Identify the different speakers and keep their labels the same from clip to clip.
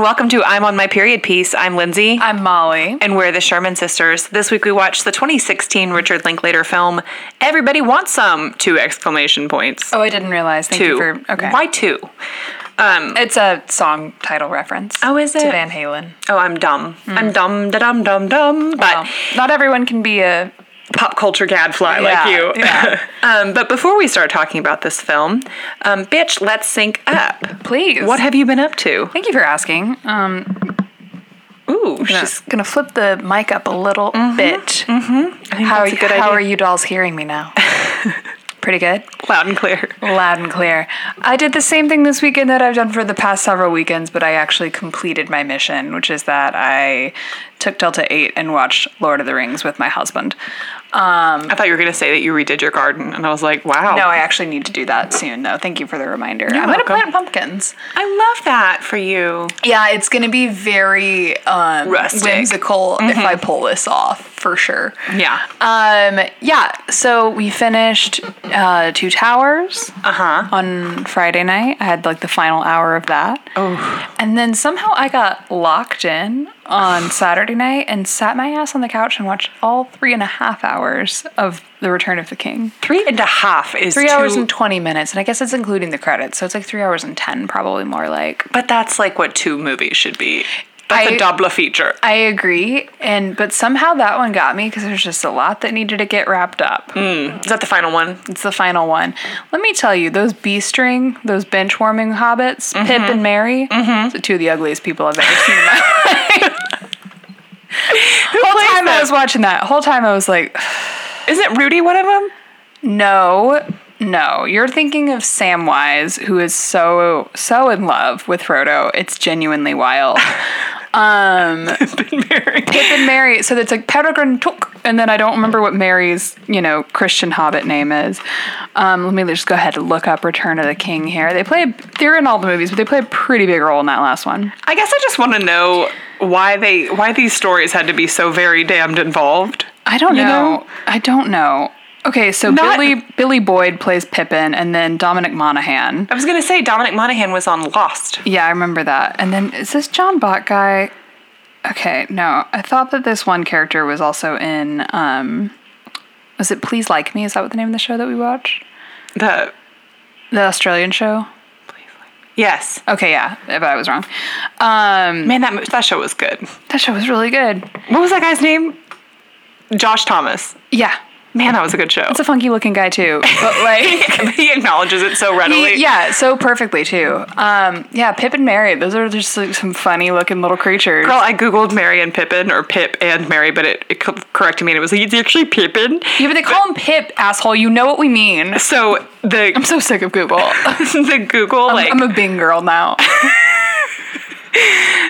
Speaker 1: welcome to I'm on my period piece. I'm Lindsay.
Speaker 2: I'm Molly.
Speaker 1: and we're the Sherman sisters. This week we watched the 2016 Richard Linklater film Everybody Wants Some! Two exclamation points.
Speaker 2: Oh, I didn't realize. Thank
Speaker 1: two.
Speaker 2: you for okay.
Speaker 1: Why two?
Speaker 2: It's a song title reference.
Speaker 1: Oh, is
Speaker 2: To
Speaker 1: it?
Speaker 2: Van Halen.
Speaker 1: Oh, I'm dumb. I'm dumb, da dum dum dum. But
Speaker 2: Hmm. Well, not everyone can be a
Speaker 1: pop culture gadfly
Speaker 2: Yeah,
Speaker 1: like you.
Speaker 2: yeah.
Speaker 1: um, but before we start talking about this film, um, bitch, let's sync up.
Speaker 2: please.
Speaker 1: What have you been up to?
Speaker 2: Thank you for asking. Um,
Speaker 1: Ooh, she's.
Speaker 2: just gonna flip the mic up a little bit.
Speaker 1: Mm-hmm. I think
Speaker 2: How are
Speaker 1: that's
Speaker 2: you,
Speaker 1: a good
Speaker 2: how
Speaker 1: idea.
Speaker 2: are you dolls hearing me now? Pretty good.
Speaker 1: Loud and clear.
Speaker 2: Loud and clear. I did the same thing this weekend that I've done for the past several weekends, but I actually completed my mission, which is that I took Delta 8 and watched Lord of the Rings with my husband. Um,
Speaker 1: I thought you were going to say that you redid your garden, and I was like, wow.
Speaker 2: No, I actually need to do that soon, though. Thank you for the reminder. I'm going to
Speaker 1: welcome.
Speaker 2: plant pumpkins.
Speaker 1: I love that for you.
Speaker 2: Yeah, it's going to be very um,
Speaker 1: Rustic.
Speaker 2: whimsical if I pull this off, for sure.
Speaker 1: Yeah.
Speaker 2: Um, yeah, so we finished uh, Two Towers on Friday night. I had like the final hour of that. Oh. And then somehow I got locked in on Saturday night and sat my ass on the couch and watched all three and a half hours of The Return of the King.
Speaker 1: Three and a half is
Speaker 2: Three
Speaker 1: too-
Speaker 2: hours and 20 minutes, and I guess it's including the credits, so it's like three hours and 10, probably more like.
Speaker 1: But that's like what two movies should be. That's a
Speaker 2: I-
Speaker 1: double feature.
Speaker 2: I agree, and but somehow that one got me because there's just a lot that needed to get wrapped up.
Speaker 1: Is that the final one?
Speaker 2: It's the final one. Let me tell you, those B string, those bench warming hobbits,
Speaker 1: Mm-hmm.
Speaker 2: Pip and Mary, the two of the ugliest people I've ever seen. in my life.
Speaker 1: plays
Speaker 2: whole time I
Speaker 1: them?
Speaker 2: was watching that, whole time I was like,
Speaker 1: Isn't Rudy one of them?
Speaker 2: no, no, you're thinking of Samwise, who is so so in love with Frodo. It's genuinely wild. Pip and Mary. So it's like Peregrine Took, and then I don't remember what Mary's, you know, Christian Hobbit name is. Um, let me just go ahead and look up Return of the King here. They play, they're in all the movies, but they play a pretty big role in that last one.
Speaker 1: I guess I just want to know why they why these stories had to be so very damned involved.
Speaker 2: I don't know.
Speaker 1: know?
Speaker 2: I don't know. Okay, so
Speaker 1: Not-
Speaker 2: Billy Billy Boyd plays Pippin, and then Dominic Monaghan.
Speaker 1: I was gonna say Dominic Monaghan was on Lost.
Speaker 2: Yeah, I remember that. And then is this John Bot guy? Okay, no, I thought that this one character was also in. Um, was it Please Like Me? Is that what the name of the show that we watched?
Speaker 1: The
Speaker 2: The Australian show?
Speaker 1: yes,
Speaker 2: Okay, yeah, but I was wrong. Um,
Speaker 1: man, that mo- that show was good.
Speaker 2: that show was really good.
Speaker 1: What was that guy's name? Josh Thomas.
Speaker 2: Yeah,
Speaker 1: Man, that was a good show.
Speaker 2: it's a funky looking guy too, but like.
Speaker 1: he acknowledges it so readily.
Speaker 2: he- yeah, so perfectly too. Um, yeah, Pip and Mary, those are just like some funny looking little creatures.
Speaker 1: Girl, I googled Mary and Pippin or Pip and Mary, but it, it co- corrected me and it was like it's actually Pippin.
Speaker 2: yeah, but they call him Pip, asshole. You know what we mean.
Speaker 1: So
Speaker 2: I'm
Speaker 1: the
Speaker 2: so sick of Google.
Speaker 1: the Google like
Speaker 2: I'm a Bing girl now.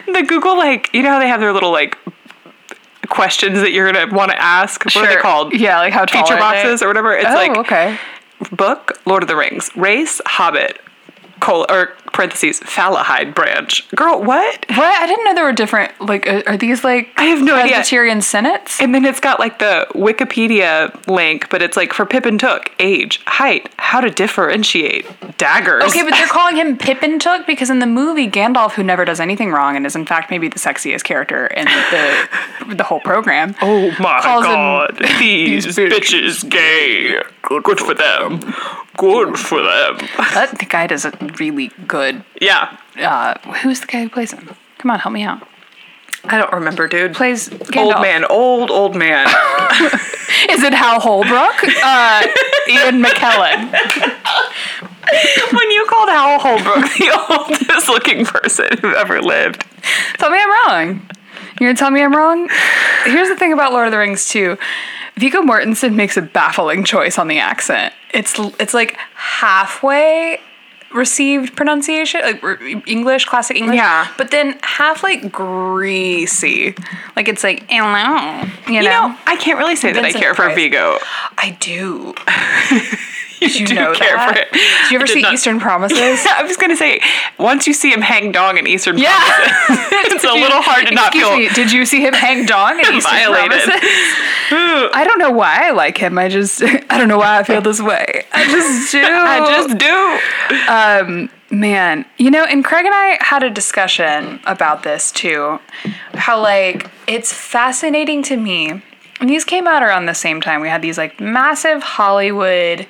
Speaker 1: the Google like you know how they have their little like questions that you're gonna want to ask. What are they
Speaker 2: Sure.
Speaker 1: called?
Speaker 2: Yeah, like how tall
Speaker 1: feature
Speaker 2: are they?
Speaker 1: boxes or whatever. It's
Speaker 2: oh,
Speaker 1: like
Speaker 2: okay.
Speaker 1: book, Lord of the Rings, race, Hobbit, col or parentheses Falahide branch. Girl, what?
Speaker 2: What? I didn't know there were different. Like, uh, are these like
Speaker 1: I have no idea.
Speaker 2: Presbyterian senates?
Speaker 1: And then it's got like the Wikipedia link, but it's like for Pip and Took, age, height, how to differentiate, daggers.
Speaker 2: Okay, but they're calling him Pippin Took because in the movie Gandalf, who never does anything wrong and is in fact maybe the sexiest character in the the whole program.
Speaker 1: Oh my
Speaker 2: Calls him-
Speaker 1: god, these bitches gay. Good for them. Good for them.
Speaker 2: But the guy does a really good.
Speaker 1: Yeah.
Speaker 2: Uh, who's the guy who plays him? Come on, help me out.
Speaker 1: I don't remember, dude.
Speaker 2: Plays Gandalf.
Speaker 1: Old man, old, old man.
Speaker 2: Is it Hal Holbrook? Uh, Ian McKellen.
Speaker 1: when you called Hal Holbrook the oldest looking person who ever lived.
Speaker 2: Tell me I'm wrong. You're gonna tell me I'm wrong? Here's the thing about Lord of the Rings too. Vigo Mortensen makes a baffling choice on the accent. It's it's like halfway received pronunciation, like re- English, classic English.
Speaker 1: Yeah.
Speaker 2: But then half like greasy. Like it's like, hello. You know?
Speaker 1: You know, I can't really say that I
Speaker 2: Vincent
Speaker 1: care for
Speaker 2: Price.
Speaker 1: Vigo.
Speaker 2: I do.
Speaker 1: You
Speaker 2: Do you
Speaker 1: do
Speaker 2: know
Speaker 1: care
Speaker 2: that?
Speaker 1: for it.
Speaker 2: Do you ever
Speaker 1: I did
Speaker 2: see
Speaker 1: not-
Speaker 2: Eastern Promises?
Speaker 1: I was gonna say, once you see him hang dong in Eastern
Speaker 2: Yeah.
Speaker 1: Promises, it's a little hard to not
Speaker 2: Excuse
Speaker 1: feel
Speaker 2: me, did you see him hang dong in Eastern
Speaker 1: violated.
Speaker 2: Promises? I don't know why I like him. I just I don't know why I feel this way. I just do.
Speaker 1: I just do.
Speaker 2: Man, you know, and Craig and I had a discussion about this too. How, like, it's fascinating to me. And these came out around the same time. We had these, like, massive Hollywood.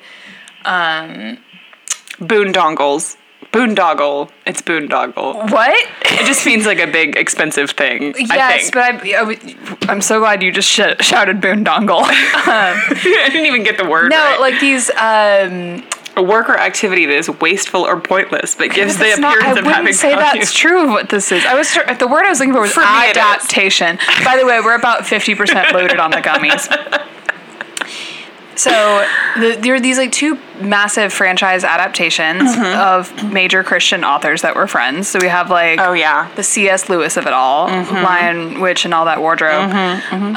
Speaker 1: Boondongles. Boondoggle. It's boondoggle.
Speaker 2: What?
Speaker 1: It just means like a big expensive thing. I
Speaker 2: yes,
Speaker 1: think.
Speaker 2: but I, I, w- I'm so glad you just sh- shouted boondongle.
Speaker 1: I didn't even get the word.
Speaker 2: no,
Speaker 1: right.
Speaker 2: like, these. um
Speaker 1: a work or activity that is wasteful or pointless, but gives the
Speaker 2: That's
Speaker 1: appearance
Speaker 2: not-
Speaker 1: of
Speaker 2: I
Speaker 1: having
Speaker 2: wouldn't say
Speaker 1: value.
Speaker 2: that's true of what this is. I was tr- the word I was looking for was
Speaker 1: For me, it is.
Speaker 2: adaptation. By the way, we're about fifty percent loaded on the gummies. So the, there are these like two massive franchise adaptations of major Christian authors that were friends. So we have like
Speaker 1: Mm-hmm. Oh yeah. Mm-hmm.
Speaker 2: the C.S. Lewis of it all, Lion, Witch, and all that wardrobe, Um,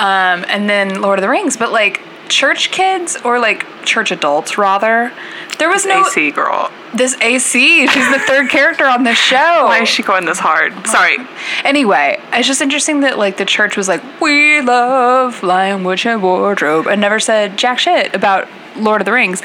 Speaker 2: and then Lord of the Rings. But like church kids or like church adults rather, there was no
Speaker 1: AC girl.
Speaker 2: this AC. She's the third character on the show.
Speaker 1: Why is she going this hard?
Speaker 2: Oh.
Speaker 1: Sorry.
Speaker 2: anyway, it's just interesting that like the church was like, we love Lion Witch and Wardrobe, and never said jack shit about Lord of the Rings.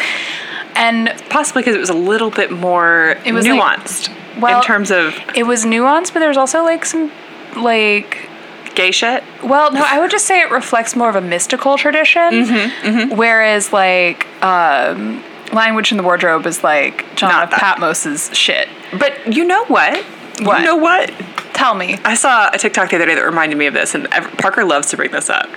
Speaker 2: And
Speaker 1: Possibly because it was a little bit more it
Speaker 2: was, like,
Speaker 1: nuanced
Speaker 2: well-
Speaker 1: in terms of
Speaker 2: it was nuanced, but there's also like some like
Speaker 1: gay shit.
Speaker 2: well, no, I would just say it reflects more of a mystical tradition, Mm-hmm, whereas like um, Lion Witch and the Wardrobe is like John
Speaker 1: Not
Speaker 2: of
Speaker 1: that.
Speaker 2: Patmos's shit.
Speaker 1: But you know what?
Speaker 2: What?
Speaker 1: You know what?
Speaker 2: Tell me,
Speaker 1: I saw a TikTok the other day that reminded me of this, and ev- Parker loves to bring this up.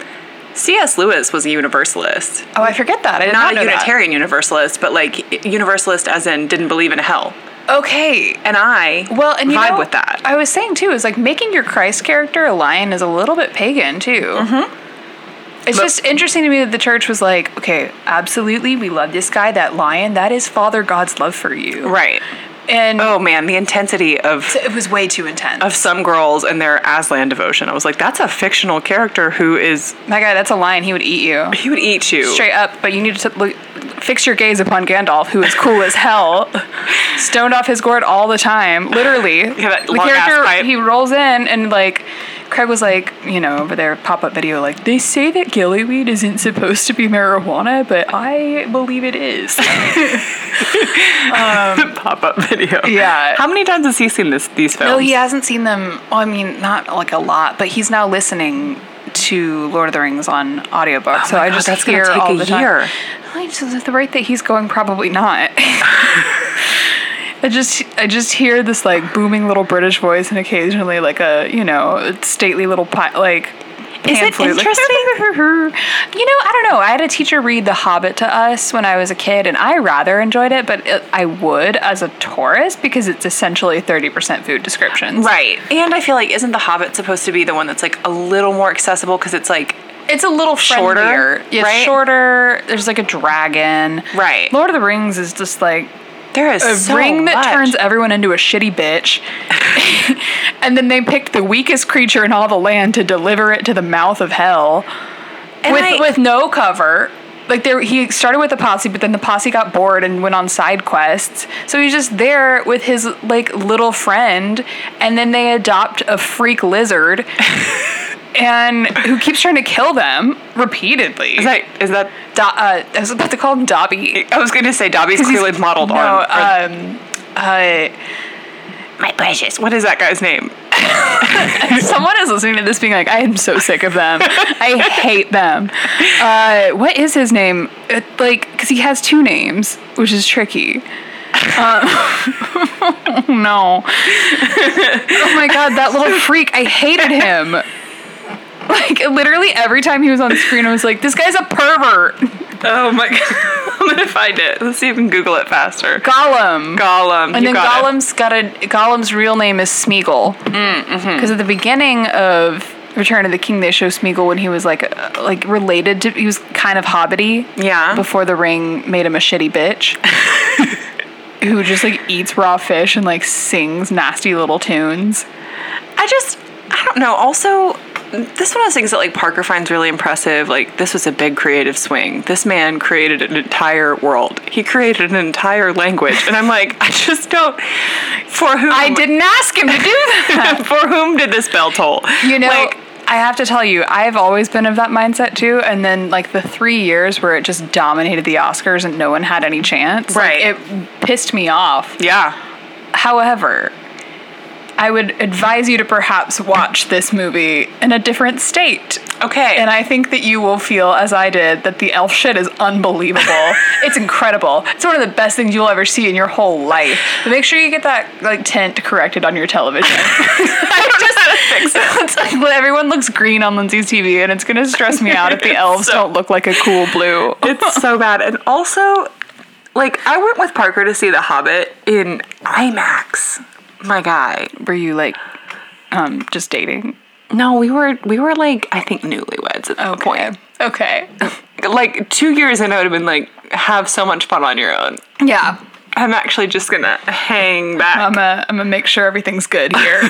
Speaker 1: C.S. Lewis was a universalist,
Speaker 2: oh, I forget that. I did
Speaker 1: not,
Speaker 2: not, know
Speaker 1: a
Speaker 2: that.
Speaker 1: Unitarian Universalist, but like universalist as in didn't believe in hell.
Speaker 2: Okay,
Speaker 1: And I
Speaker 2: Well, and you
Speaker 1: vibe
Speaker 2: know,
Speaker 1: with that.
Speaker 2: I was saying too is like making your Christ character a lion is a little bit pagan too. Mm-hmm. It's just interesting to me that the church was like, okay, absolutely, we love this guy, that lion. That is Father God's love for you,
Speaker 1: right.
Speaker 2: and
Speaker 1: Oh man, the intensity of
Speaker 2: it was way too intense.
Speaker 1: of some girls and their Aslan devotion. I was like, that's a fictional character who is
Speaker 2: My guy, that's a lion. He would eat you
Speaker 1: he would eat you.
Speaker 2: straight up. But you need to look, fix your gaze upon Gandalf, who is cool as hell, stoned off his gourd all the time, literally.
Speaker 1: that
Speaker 2: the
Speaker 1: long ass pipe.
Speaker 2: character he rolls in and like. Craig was like, you know, over there, pop up video, like, they say that gillyweed isn't supposed to be marijuana, but I believe it is.
Speaker 1: pop up video.
Speaker 2: Yeah.
Speaker 1: How many times has he seen this these films?
Speaker 2: no, he hasn't seen them. Well, I mean, not like a lot, but he's now listening to Lord of the Rings on audiobook. so I
Speaker 1: God,
Speaker 2: just
Speaker 1: Oh that's gonna
Speaker 2: hear
Speaker 1: take
Speaker 2: all
Speaker 1: a
Speaker 2: the time.
Speaker 1: year.
Speaker 2: I just, at the rate that he's going, probably not. I just I just hear this like booming little British voice and occasionally like a you know stately little pi- like.
Speaker 1: Is
Speaker 2: pan
Speaker 1: it
Speaker 2: flute, like,
Speaker 1: interesting?
Speaker 2: you know, I don't know. I had a teacher read The Hobbit to us when I was a kid, and I rather enjoyed it, but it, I would as a tourist because it's essentially thirty percent food descriptions.
Speaker 1: Right. And I feel like isn't the Hobbit supposed to be the one that's like a little more accessible because it's like
Speaker 2: It's a little
Speaker 1: Shorter,
Speaker 2: friendlier. It's
Speaker 1: right?
Speaker 2: shorter. There's like a dragon.
Speaker 1: Right.
Speaker 2: Lord of the Rings is just like
Speaker 1: there is
Speaker 2: a
Speaker 1: so
Speaker 2: ring that
Speaker 1: much.
Speaker 2: turns everyone into a shitty bitch. and then they picked the weakest creature in all the land to deliver it to the mouth of hell
Speaker 1: And
Speaker 2: with
Speaker 1: I-
Speaker 2: with no cover. Like there he started with a posse, but then the posse got bored and went on side quests. So he's just there with his like little friend and then they adopt a freak lizard and who keeps trying to kill them repeatedly.
Speaker 1: Is that is that
Speaker 2: Do- uh, I was about to call him Dobby.
Speaker 1: I was gonna say Dobby's clearly modeled
Speaker 2: No,
Speaker 1: on or-
Speaker 2: um, uh,
Speaker 1: my precious. What is that guy's name?
Speaker 2: Someone is listening to this being like, I am so sick of them. I hate them. Uh, what is his name? It, like, because he has two names, which is tricky. Uh, oh no. Oh my god, that little freak. I hated him. Like, literally every time he was on screen, I was like, this guy's a pervert.
Speaker 1: Oh my god. I'm gonna find it. Let's see if we can Google it faster.
Speaker 2: Gollum.
Speaker 1: Gollum.
Speaker 2: And
Speaker 1: you
Speaker 2: then
Speaker 1: got it.
Speaker 2: Gollum's got a Gollum's real name is Smeagol. Because at the beginning of Return of the King, they show Smeagol when he was like uh, like related to he was kind of hobbity.
Speaker 1: Yeah.
Speaker 2: Before the ring made him a shitty bitch. Who just like eats raw fish and like sings nasty little tunes.
Speaker 1: I just, I don't know. Also, this is one of those things that like Parker finds really impressive. Like, this was a big creative swing. This man created an entire world. He created an entire language, and I'm like, I just don't. For whom?
Speaker 2: I didn't ask him to do that.
Speaker 1: for whom did this bell toll?
Speaker 2: You know,
Speaker 1: like,
Speaker 2: I have to tell you, I've always been of that mindset too. And then, like, the three years where it just dominated the Oscars and no one had any chance, like,
Speaker 1: Right.
Speaker 2: it pissed me off.
Speaker 1: yeah.
Speaker 2: However, I would advise you to perhaps watch this movie in a different state.
Speaker 1: Okay.
Speaker 2: And I think that you will feel, as I did, that the elf shit is unbelievable. it's incredible. It's one of the best things you'll ever see in your whole life. But make sure you get that like tint corrected on your television. I don't know how to fix it. It's like, well, everyone looks green on Lindsay's TV, and it's gonna stress me out if the elves don't look like a cool blue.
Speaker 1: it's so bad. And also, like, I went with Parker to see The Hobbit in IMAX. My guy.
Speaker 2: Were you like, um, just dating?
Speaker 1: No, we were we were like I think newlyweds at that point.
Speaker 2: Okay.
Speaker 1: Like two years in, I would have been like, have so much fun on your own.
Speaker 2: Yeah.
Speaker 1: I'm actually just gonna hang back.
Speaker 2: I'm gonna I'm gonna make sure everything's good here.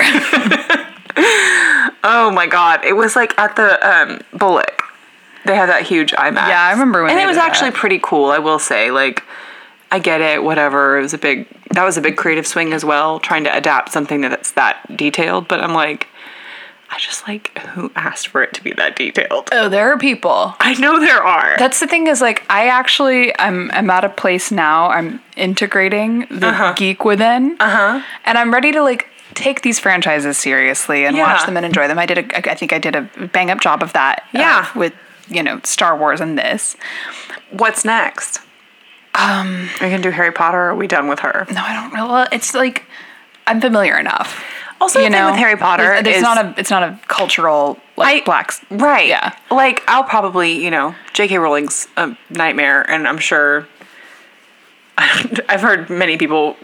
Speaker 1: oh my god, it was like at the um, Bullock. They had that huge IMAX.
Speaker 2: Yeah, I remember when
Speaker 1: and
Speaker 2: they
Speaker 1: it was
Speaker 2: did
Speaker 1: actually pretty cool. I will say, like, I get it. Whatever. It was a big. That was a big creative swing as well, trying to adapt something that's that detailed. But I'm like, I just like who asked for it to be that detailed.
Speaker 2: oh, there are people.
Speaker 1: I know there are.
Speaker 2: That's the thing is like I actually I'm I'm at a place now. I'm integrating the geek within. Uh-huh. And I'm ready to like take these franchises seriously and
Speaker 1: Yeah.
Speaker 2: watch them and enjoy them. I did a I think I did a bang up job of that. uh,
Speaker 1: Yeah.
Speaker 2: with you know Star Wars and this.
Speaker 1: What's next? Um, are you gonna do Harry Potter? Or are we done with her?
Speaker 2: No, I don't really. well, It's like I'm familiar enough.
Speaker 1: Also, the thing with Harry Potter
Speaker 2: it's,
Speaker 1: is-
Speaker 2: not a it's not a cultural like
Speaker 1: I-
Speaker 2: black s-
Speaker 1: Right.
Speaker 2: Yeah.
Speaker 1: Like I'll probably, you know, J.K. Rowling's a nightmare, and I'm sure I've heard many people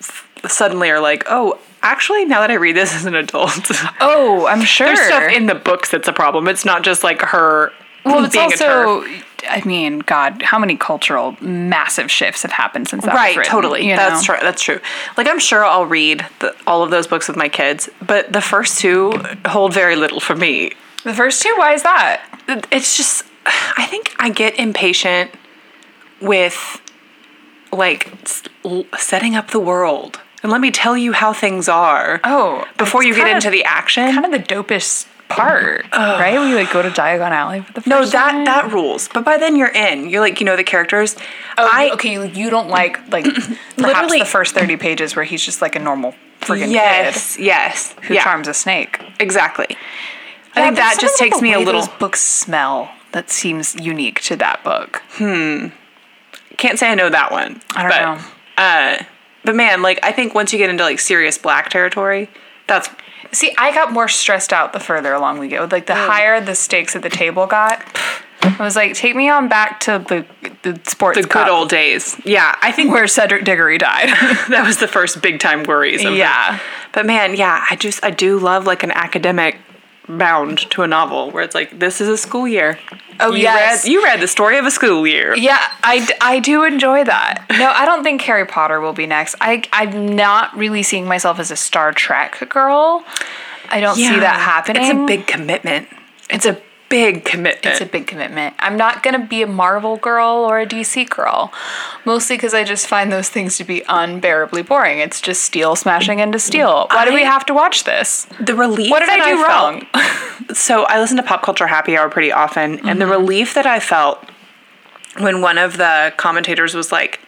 Speaker 1: f- suddenly are like, "Oh, actually, now that I read this as an adult,
Speaker 2: Oh, I'm sure.
Speaker 1: there's stuff in the books that's a problem. It's not just like her
Speaker 2: well, it's
Speaker 1: being a turf."
Speaker 2: also. I mean, God, how many cultural massive shifts have happened since that was
Speaker 1: Right,
Speaker 2: written,
Speaker 1: totally.
Speaker 2: you
Speaker 1: That's
Speaker 2: know?
Speaker 1: true. That's true. Like I'm sure I'll read the, all of those books with my kids, but the first two hold very little for me.
Speaker 2: The first two. Why is that?
Speaker 1: it's just i think i get impatient with like s- l- setting up the world and let me tell you how things are
Speaker 2: Oh,
Speaker 1: before
Speaker 2: it's
Speaker 1: you get
Speaker 2: kinda-
Speaker 1: into the action
Speaker 2: Kind of the dopest part, right? We like go to Diagon Alley for the first
Speaker 1: no that
Speaker 2: time.
Speaker 1: that rules but by then you're in you're like you know the characters
Speaker 2: Oh,
Speaker 1: i
Speaker 2: okay, you- you don't like like perhaps
Speaker 1: Literally-
Speaker 2: the first thirty pages where he's just like a normal freaking
Speaker 1: yes yes
Speaker 2: kid who charms a snake.
Speaker 1: exactly
Speaker 2: I
Speaker 1: think that just takes me a little-
Speaker 2: Those books smell that seems unique to that book.
Speaker 1: can't say i know that one
Speaker 2: I don't
Speaker 1: but,
Speaker 2: know.
Speaker 1: uh but man like i think once you get into like serious black territory that's
Speaker 2: See, I got more stressed out the further along we get. Like the higher the stakes at the table got, I was like, take me on back to the the sports
Speaker 1: the good
Speaker 2: cup
Speaker 1: old days yeah i think
Speaker 2: where Cedric Diggory died.
Speaker 1: that was the first big time worries of
Speaker 2: yeah.
Speaker 1: But man, yeah, I just I do love like an academic bound to a novel where it's like this is a school year.
Speaker 2: Oh
Speaker 1: You
Speaker 2: yes.
Speaker 1: read you read the story of a school year.
Speaker 2: yeah, I, d- I do enjoy that. No, I don't think Harry Potter will be next. I I'm not really seeing myself as a Star Trek girl. I don't see that happening.
Speaker 1: It's a big commitment.
Speaker 2: It's a
Speaker 1: Big commitment.
Speaker 2: It's a big commitment. I'm not going to be a Marvel girl or a DC girl, mostly because I just find those things to be unbearably boring. It's just steel smashing into steel. Why do we
Speaker 1: I-
Speaker 2: have to watch this?
Speaker 1: the relief.
Speaker 2: What did
Speaker 1: that
Speaker 2: I do
Speaker 1: felt-
Speaker 2: wrong?
Speaker 1: so I listen to Pop Culture Happy Hour pretty often, and the
Speaker 2: Mm-hmm.
Speaker 1: relief that I felt when one of the commentators was like,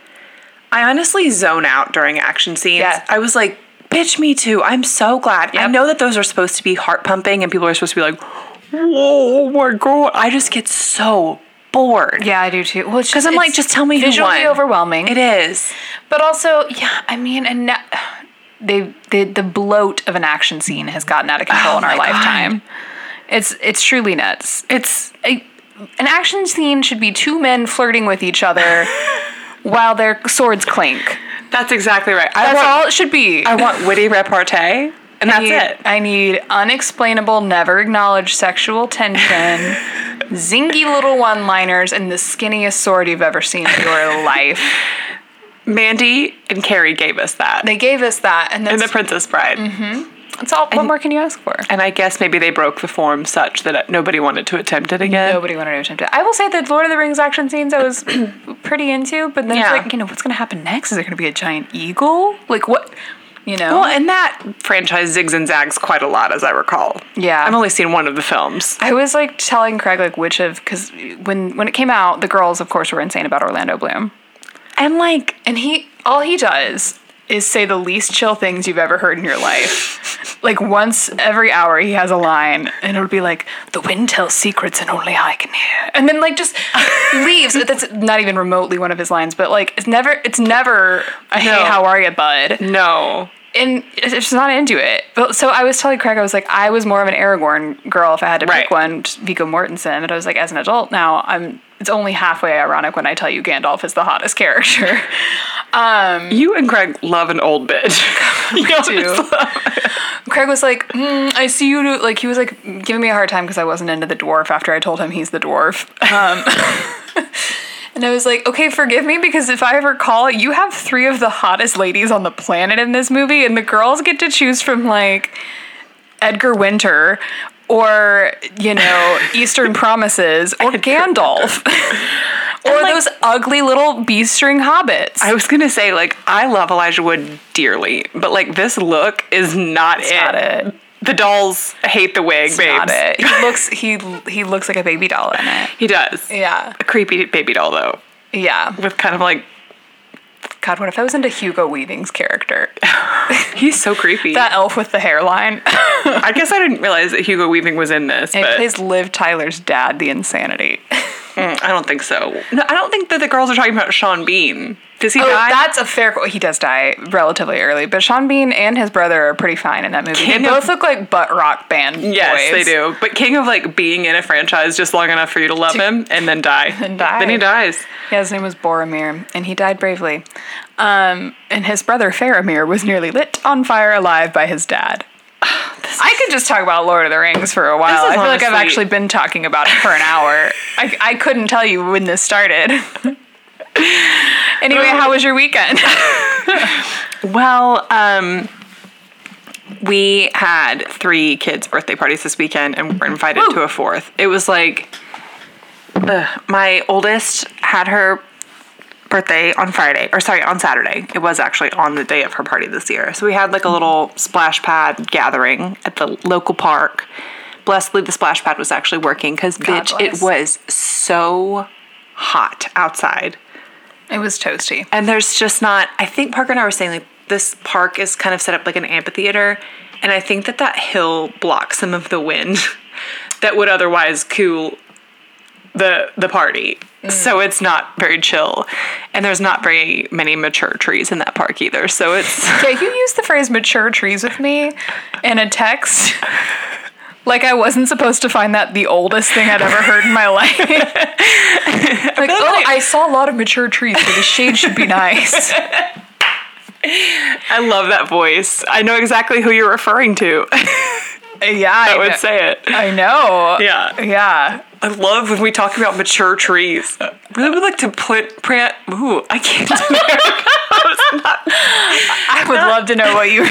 Speaker 1: I honestly zone out during action scenes.
Speaker 2: Yeah.
Speaker 1: I was like, bitch, me too. I'm so glad. I
Speaker 2: Yep.
Speaker 1: know that those are supposed to be heart pumping, and people are supposed to be like, whoa, oh my God. I just get so bored.
Speaker 2: Yeah, I do too. Well, because
Speaker 1: Because I'm like, just tell me who
Speaker 2: visually
Speaker 1: won.
Speaker 2: overwhelming.
Speaker 1: It is.
Speaker 2: But also, yeah, I mean, and now, they, they the bloat of an action scene has gotten out of control in
Speaker 1: my
Speaker 2: our
Speaker 1: God.
Speaker 2: lifetime. It's it's truly nuts.
Speaker 1: It's
Speaker 2: a, an action scene should be two men flirting with each other while their swords clink.
Speaker 1: that's exactly right. I
Speaker 2: That's
Speaker 1: want,
Speaker 2: all it should be.
Speaker 1: I want witty repartee, and that's it.
Speaker 2: I need unexplainable, never acknowledged sexual tension, zingy little one liners, and the skinniest sword you've ever seen in your life.
Speaker 1: Mandy and Carrie gave us that.
Speaker 2: They gave us that, and
Speaker 1: in
Speaker 2: that's,
Speaker 1: the Princess Bride.
Speaker 2: that's all. what more can you ask for?
Speaker 1: And I guess maybe they broke the form such that nobody wanted to attempt it again.
Speaker 2: Nobody wanted to attempt it. I will say that Lord of the Rings action scenes I was pretty into, but then
Speaker 1: Yeah.
Speaker 2: it's like, you know, what's going to happen next? Is there going to be a giant eagle? Like, what? You know?
Speaker 1: Well, and that franchise zigs and zags quite a lot, as I recall.
Speaker 2: Yeah.
Speaker 1: I've only seen one of the films.
Speaker 2: I was like telling Craig like which of because when when it came out, the girls of course were insane about Orlando Bloom,
Speaker 1: And like,
Speaker 2: and he all he does is say the least chill things you've ever heard in your life. like once every hour, he has a line, and it'll be like, "The wind tells secrets, and only I can hear." And then like just leaves. That's not even remotely one of his lines, but like it's never, it's never. a, Hey,
Speaker 1: No.
Speaker 2: how are you, bud?
Speaker 1: No.
Speaker 2: And it's just not into it. But so I was telling Craig, I was like, I was more of an Aragorn girl if I had to
Speaker 1: Right.
Speaker 2: pick one, just Viggo Mortensen. But I was like, as an adult now, I'm. It's only halfway ironic when I tell you Gandalf is the hottest character.
Speaker 1: You and Craig love an old bitch. you
Speaker 2: do. Craig was like, mm, I see you. do-" Like, he was like giving me a hard time because I wasn't into the dwarf after I told him he's the dwarf. Um, and I was like, okay, forgive me because if I recall, you have three of the hottest ladies on the planet in this movie, and the girls get to choose from like Edgar Winter or, you know, Eastern Promises or Gandalf. Or
Speaker 1: like-
Speaker 2: those ugly little B string hobbits.
Speaker 1: I was gonna say, like, I love Elijah Wood dearly, but like this look is not it.
Speaker 2: not it.
Speaker 1: The dolls hate the wig, babes.
Speaker 2: Not it. He looks he he looks like a baby doll in it.
Speaker 1: He does.
Speaker 2: Yeah.
Speaker 1: A creepy baby doll though,
Speaker 2: Yeah.
Speaker 1: with kind of like
Speaker 2: God, what if I was into Hugo Weaving's character?
Speaker 1: he's so creepy.
Speaker 2: That elf with the hairline.
Speaker 1: I guess I didn't realize that Hugo Weaving was in this,
Speaker 2: it
Speaker 1: but
Speaker 2: plays Liv Tyler's dad, the insanity.
Speaker 1: Mm, I don't think so. No, I don't think that the girls are talking about Sean Bean. Does he
Speaker 2: Oh,
Speaker 1: die?
Speaker 2: that's a fair. He does die relatively early, but Sean Bean and his brother are pretty fine in that movie.
Speaker 1: King
Speaker 2: they
Speaker 1: of-
Speaker 2: both look like butt rock band.
Speaker 1: Yes,
Speaker 2: boys.
Speaker 1: they do. But king of like being in a franchise just long enough for you to love him and then die. And
Speaker 2: die.
Speaker 1: Then he dies.
Speaker 2: Yeah, his name was Boromir, and he died bravely. Um, and his brother Faramir was nearly lit on fire alive by his dad. I could just talk about Lord of the Rings for a while.
Speaker 1: is
Speaker 2: I feel like I've
Speaker 1: honestly-
Speaker 2: actually been talking about it for an hour. I, I couldn't tell you when this started. anyway, how was your weekend?
Speaker 1: Well, um, we had three kids' birthday parties this weekend and were invited
Speaker 2: Woo.
Speaker 1: to a fourth. It was like ugh. my oldest had her birthday on Friday, or sorry, on Saturday. It was actually on the day of her party this year. So we had like a little splash pad gathering at the local park. Blessedly, the splash pad was actually working because, bitch,
Speaker 2: bless.
Speaker 1: it was so hot outside.
Speaker 2: It was toasty.
Speaker 1: And there's just not, I think Parker and I were saying, like, this park is kind of set up like an amphitheater. And I think that that hill blocks some of the wind that would otherwise cool the the party. So it's not very chill. And there's not very many mature trees in that park either. So it's
Speaker 2: Yeah, you used the phrase mature trees with me in a text. Like I wasn't supposed to find that the oldest thing I'd ever heard in my life. like, oh,
Speaker 1: like-
Speaker 2: I saw a lot of mature trees, so the shade should be nice.
Speaker 1: I love that voice. I know exactly who you're referring to.
Speaker 2: yeah,
Speaker 1: I
Speaker 2: I
Speaker 1: would
Speaker 2: kn-
Speaker 1: say it.
Speaker 2: I know.
Speaker 1: Yeah.
Speaker 2: Yeah.
Speaker 1: I love when we talk about mature trees. Really would like to plant plant ooh, I can't do
Speaker 2: I would love to know what you were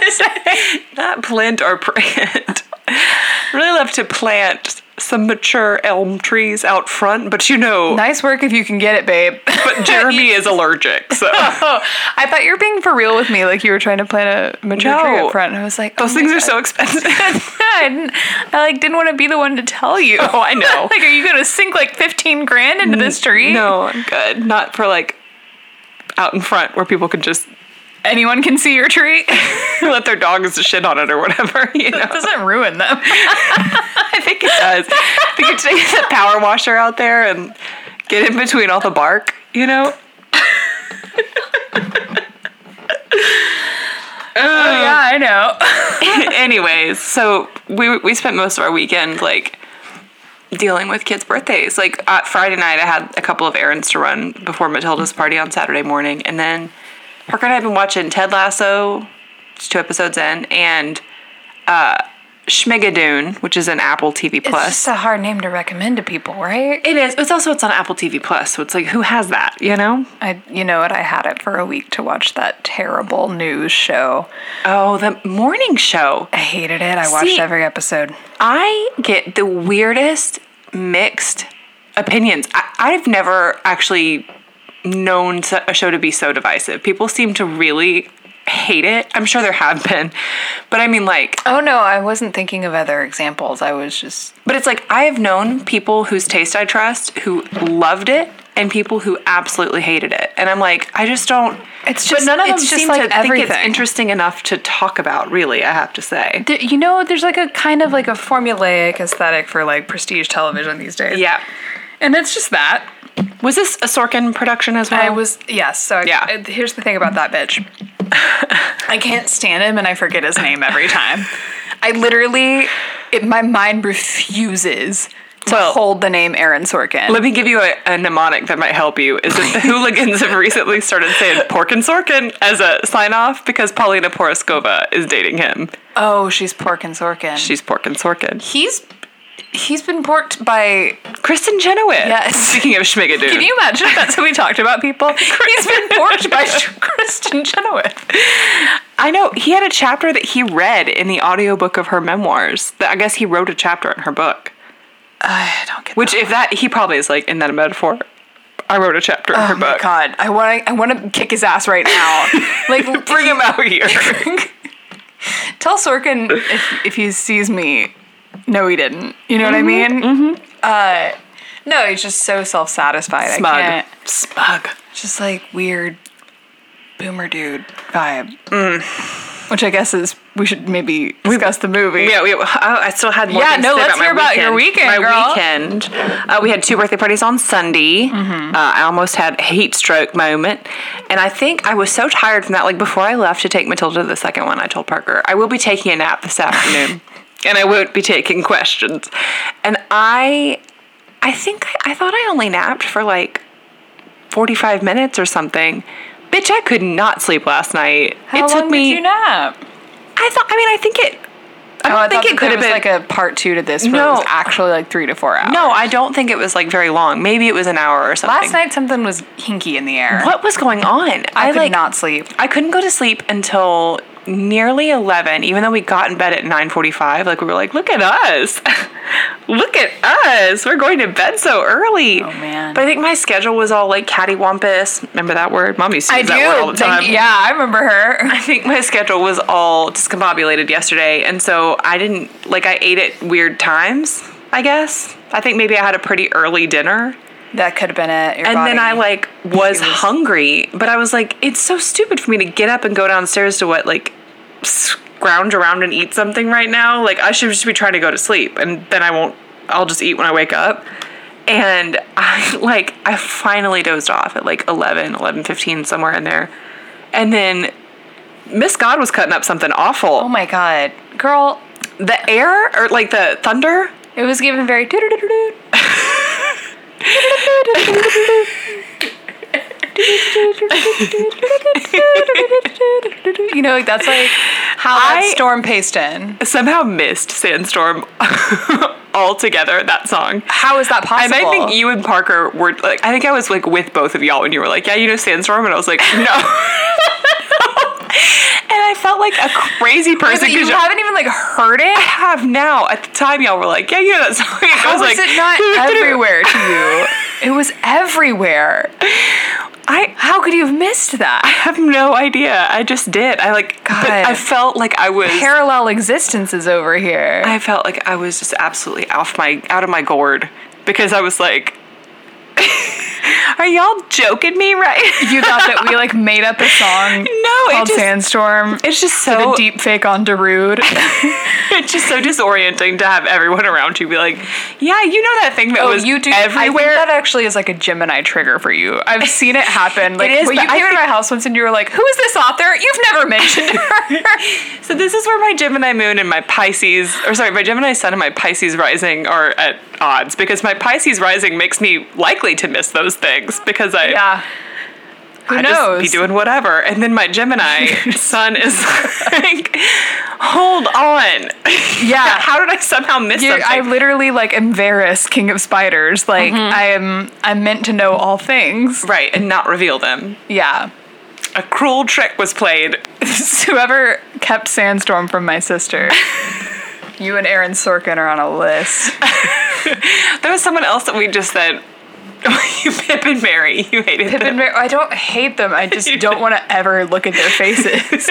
Speaker 2: to say.
Speaker 1: Not plant or plant. really love to plant some mature elm trees out front, but you know,
Speaker 2: Nice work if you can get it, babe.
Speaker 1: but Jeremy is allergic, so
Speaker 2: oh, I thought you were being for real with me, like you were trying to plant a mature tree
Speaker 1: No.
Speaker 2: up front. And I was like, oh
Speaker 1: those things are so expensive.
Speaker 2: I, didn't, I like didn't want to be the one to tell you.
Speaker 1: Oh, I know.
Speaker 2: like, are you gonna sink like fifteen grand into this tree?
Speaker 1: no, I'm good. Not for like out in front where people could just
Speaker 2: anyone can see your tree. it
Speaker 1: let their dogs shit on it or whatever. You know,
Speaker 2: doesn't ruin them.
Speaker 1: I think it does. I think you could take the power washer out there and get in between all the bark. You know.
Speaker 2: yeah, I know.
Speaker 1: Anyways, so we we spent most of our weekend like dealing with kids' birthdays. Like uh, Friday night, I had a couple of errands to run before Matilda's party on Saturday morning, and then Parker and I have been watching Ted Lasso, it's two episodes in, and uh, Schmigadoon, which is an Apple TV Plus.
Speaker 2: That's a hard name to recommend to people, right?
Speaker 1: It is. It's also it's on Apple TV Plus, so it's like who has that, you know?
Speaker 2: I, you know what? I had it for a week to watch that terrible news show.
Speaker 1: Oh, the morning show.
Speaker 2: I hated it. I watched
Speaker 1: See-
Speaker 2: every episode.
Speaker 1: I get the weirdest mixed opinions. I, I've never actually known so- a show to be so divisive. People seem to really hate it. I'm sure there have been, but I mean, like,
Speaker 2: Oh no, I wasn't thinking of other examples. I was just
Speaker 1: but it's like I have known people whose taste I trust who loved it and people who absolutely hated it. And I'm like, I just don't.
Speaker 2: It's just- it's just like
Speaker 1: to think
Speaker 2: everything.
Speaker 1: it's interesting enough to talk about. Really, I have to say.
Speaker 2: There- you know, there's like a kind of like a formulaic aesthetic for like prestige television these days.
Speaker 1: Yeah.
Speaker 2: And it's just that.
Speaker 1: Was this a Sorkin production as well?
Speaker 2: I was yes. So I-
Speaker 1: Yeah.
Speaker 2: uh, here's the thing about that bitch. I can't stand him, and I forget his name every time. I literally, it, my mind refuses to
Speaker 1: Well-
Speaker 2: hold the name Aaron Sorkin.
Speaker 1: Let me give you a, a mnemonic that might help you. Is that the hooligans have recently started saying "pork and Sorkin" as a sign off because Paulina Poroskova is dating him.
Speaker 2: oh, she's Porkin Sorkin.
Speaker 1: She's pork and Sorkin.
Speaker 2: he's he's been porked by.
Speaker 1: Kristen Chenoweth.
Speaker 2: Yes.
Speaker 1: Speaking of Schmigadoon.
Speaker 2: Can you imagine if that's how we talked about people? he's been porked by Kristen Chenoweth.
Speaker 1: I know he had a chapter that he read in the audiobook of her memoirs. That I guess he wrote a chapter in her book.
Speaker 2: I don't get.
Speaker 1: Which if that he probably is like in that metaphor. I wrote a chapter in her
Speaker 2: Oh my
Speaker 1: book.
Speaker 2: god! I want I want to kick his ass right now. Like
Speaker 1: Bring him out here.
Speaker 2: Tell Sorkin if, if he sees me. No, he didn't. You know what I mean? Mm-hmm. Uh, no, he's just so self satisfied. I
Speaker 1: Smug.
Speaker 2: can't.
Speaker 1: Smug.
Speaker 2: Just like weird boomer dude vibe. Which I guess is we should maybe discuss the movie.
Speaker 1: Mm. Yeah, we, oh, I still had more.
Speaker 2: Yeah,
Speaker 1: things to
Speaker 2: no,
Speaker 1: say
Speaker 2: let's
Speaker 1: about my
Speaker 2: hear about your
Speaker 1: My
Speaker 2: weekend, girl.
Speaker 1: weekend. Uh, we had two birthday parties on Sunday.
Speaker 2: Mm-hmm.
Speaker 1: Uh, I almost had a heat stroke moment, and I think I was so tired from that. Like before I left to take Matilda to the second one, I told Parker I will be taking a nap this afternoon, and I won't be taking questions. And I, I think I thought I only napped for like forty-five minutes or something. Bitch, I could not sleep last night.
Speaker 2: How
Speaker 1: it took
Speaker 2: long
Speaker 1: me.
Speaker 2: did you nap?
Speaker 1: I thought. I mean, I think it. I don't
Speaker 2: oh, I
Speaker 1: think it
Speaker 2: thought that there
Speaker 1: could have
Speaker 2: was
Speaker 1: been
Speaker 2: like a part two to this. Where it was
Speaker 1: No.
Speaker 2: actually like three to four hours.
Speaker 1: No, I don't think it was like very long. Maybe it was an hour or something.
Speaker 2: last night something was hinky in the air.
Speaker 1: what was going on?
Speaker 2: I, could
Speaker 1: like
Speaker 2: not sleep.
Speaker 1: I couldn't go to sleep until nearly 11 even though we got in bed at 9:45 like we were like look at us look at us we're going to bed so early oh
Speaker 2: man.
Speaker 1: but i think my schedule was all like cattywampus remember that word mom used to
Speaker 2: I
Speaker 1: use
Speaker 2: do.
Speaker 1: that word all the
Speaker 2: think-
Speaker 1: time
Speaker 2: yeah, I remember her.
Speaker 1: I think my schedule was all discombobulated yesterday, and so I didn't like I ate at weird times. I guess I think maybe I had a pretty early dinner,
Speaker 2: That could have been it. Your
Speaker 1: and then
Speaker 2: body.
Speaker 1: I like was,
Speaker 2: was-
Speaker 1: hungry, but I was like, it's so stupid for me to get up and go downstairs to what like scrounge around and eat something right now. Like I should just be trying to go to sleep, and then I won't. I'll just eat when I wake up. And I like I finally dozed off at like 11, 11:15 somewhere in there, and then. Miss God was cutting up something awful.
Speaker 2: Oh my god, girl!
Speaker 1: the air or like the thunder
Speaker 2: It was given very. doo-doo-doo-doo-doo. You know, like that's like how that
Speaker 1: I-
Speaker 2: storm paced in.
Speaker 1: somehow missed Sandstorm altogether. That song.
Speaker 2: How is that
Speaker 1: And
Speaker 2: possible?
Speaker 1: I think you and Parker were like, I think I was like with both of y'all when you were like, yeah, you know Sandstorm? And I was like, no. and I felt like a crazy person
Speaker 2: you
Speaker 1: because I
Speaker 2: haven't even like heard it.
Speaker 1: have now. At the time, y'all were like, yeah, you know that song. I
Speaker 2: How was
Speaker 1: like,
Speaker 2: it not everywhere to you? It was everywhere.
Speaker 1: I
Speaker 2: How could you have missed that?
Speaker 1: have no idea. I just did. I like, but
Speaker 2: God.
Speaker 1: I felt like I was.
Speaker 2: Parallel existences over here.
Speaker 1: I felt like I was just absolutely off my out of my gourd because I was like, "Are y'all joking me?" Right?
Speaker 2: you thought that we like made up a
Speaker 1: No,
Speaker 2: song
Speaker 1: it
Speaker 2: called
Speaker 1: just-
Speaker 2: Sandstorm.
Speaker 1: It's just
Speaker 2: with
Speaker 1: so
Speaker 2: a deep fake on Darude.
Speaker 1: it's just so disorienting to have everyone around you be like, "Yeah, you know that thing that was
Speaker 2: Oh, I
Speaker 1: everywhere."
Speaker 2: think that actually is like a Gemini trigger for you. I've seen it happen. Like,
Speaker 1: is,
Speaker 2: when
Speaker 1: but
Speaker 2: you
Speaker 1: I
Speaker 2: came into my
Speaker 1: think-
Speaker 2: house once and you were like, "Who is this author? You've never mentioned her."
Speaker 1: so this is where my Gemini moon and my Pisces, or sorry, my Gemini sun and my Pisces rising are at odds because my Pisces rising makes me likely to miss those things because I
Speaker 2: yeah. Who
Speaker 1: I
Speaker 2: knows?
Speaker 1: just be doing whatever. And then my Gemini son is like, hold on.
Speaker 2: yeah.
Speaker 1: How did I somehow miss
Speaker 2: You're-
Speaker 1: something? Mm-hmm.
Speaker 2: I literally like am Varys, King of Spiders. Like I am, I'm meant to know all things.
Speaker 1: right, and not reveal them.
Speaker 2: Yeah.
Speaker 1: A cruel trick was played.
Speaker 2: Whoever kept Sandstorm from my sister, you and Aaron Sorkin are on a list.
Speaker 1: There was someone else that we just said you Pip and Mary. You hated
Speaker 2: Pip and
Speaker 1: them.
Speaker 2: Mary. I don't hate them. I just
Speaker 1: You
Speaker 2: don't
Speaker 1: did.
Speaker 2: want to ever look at their faces.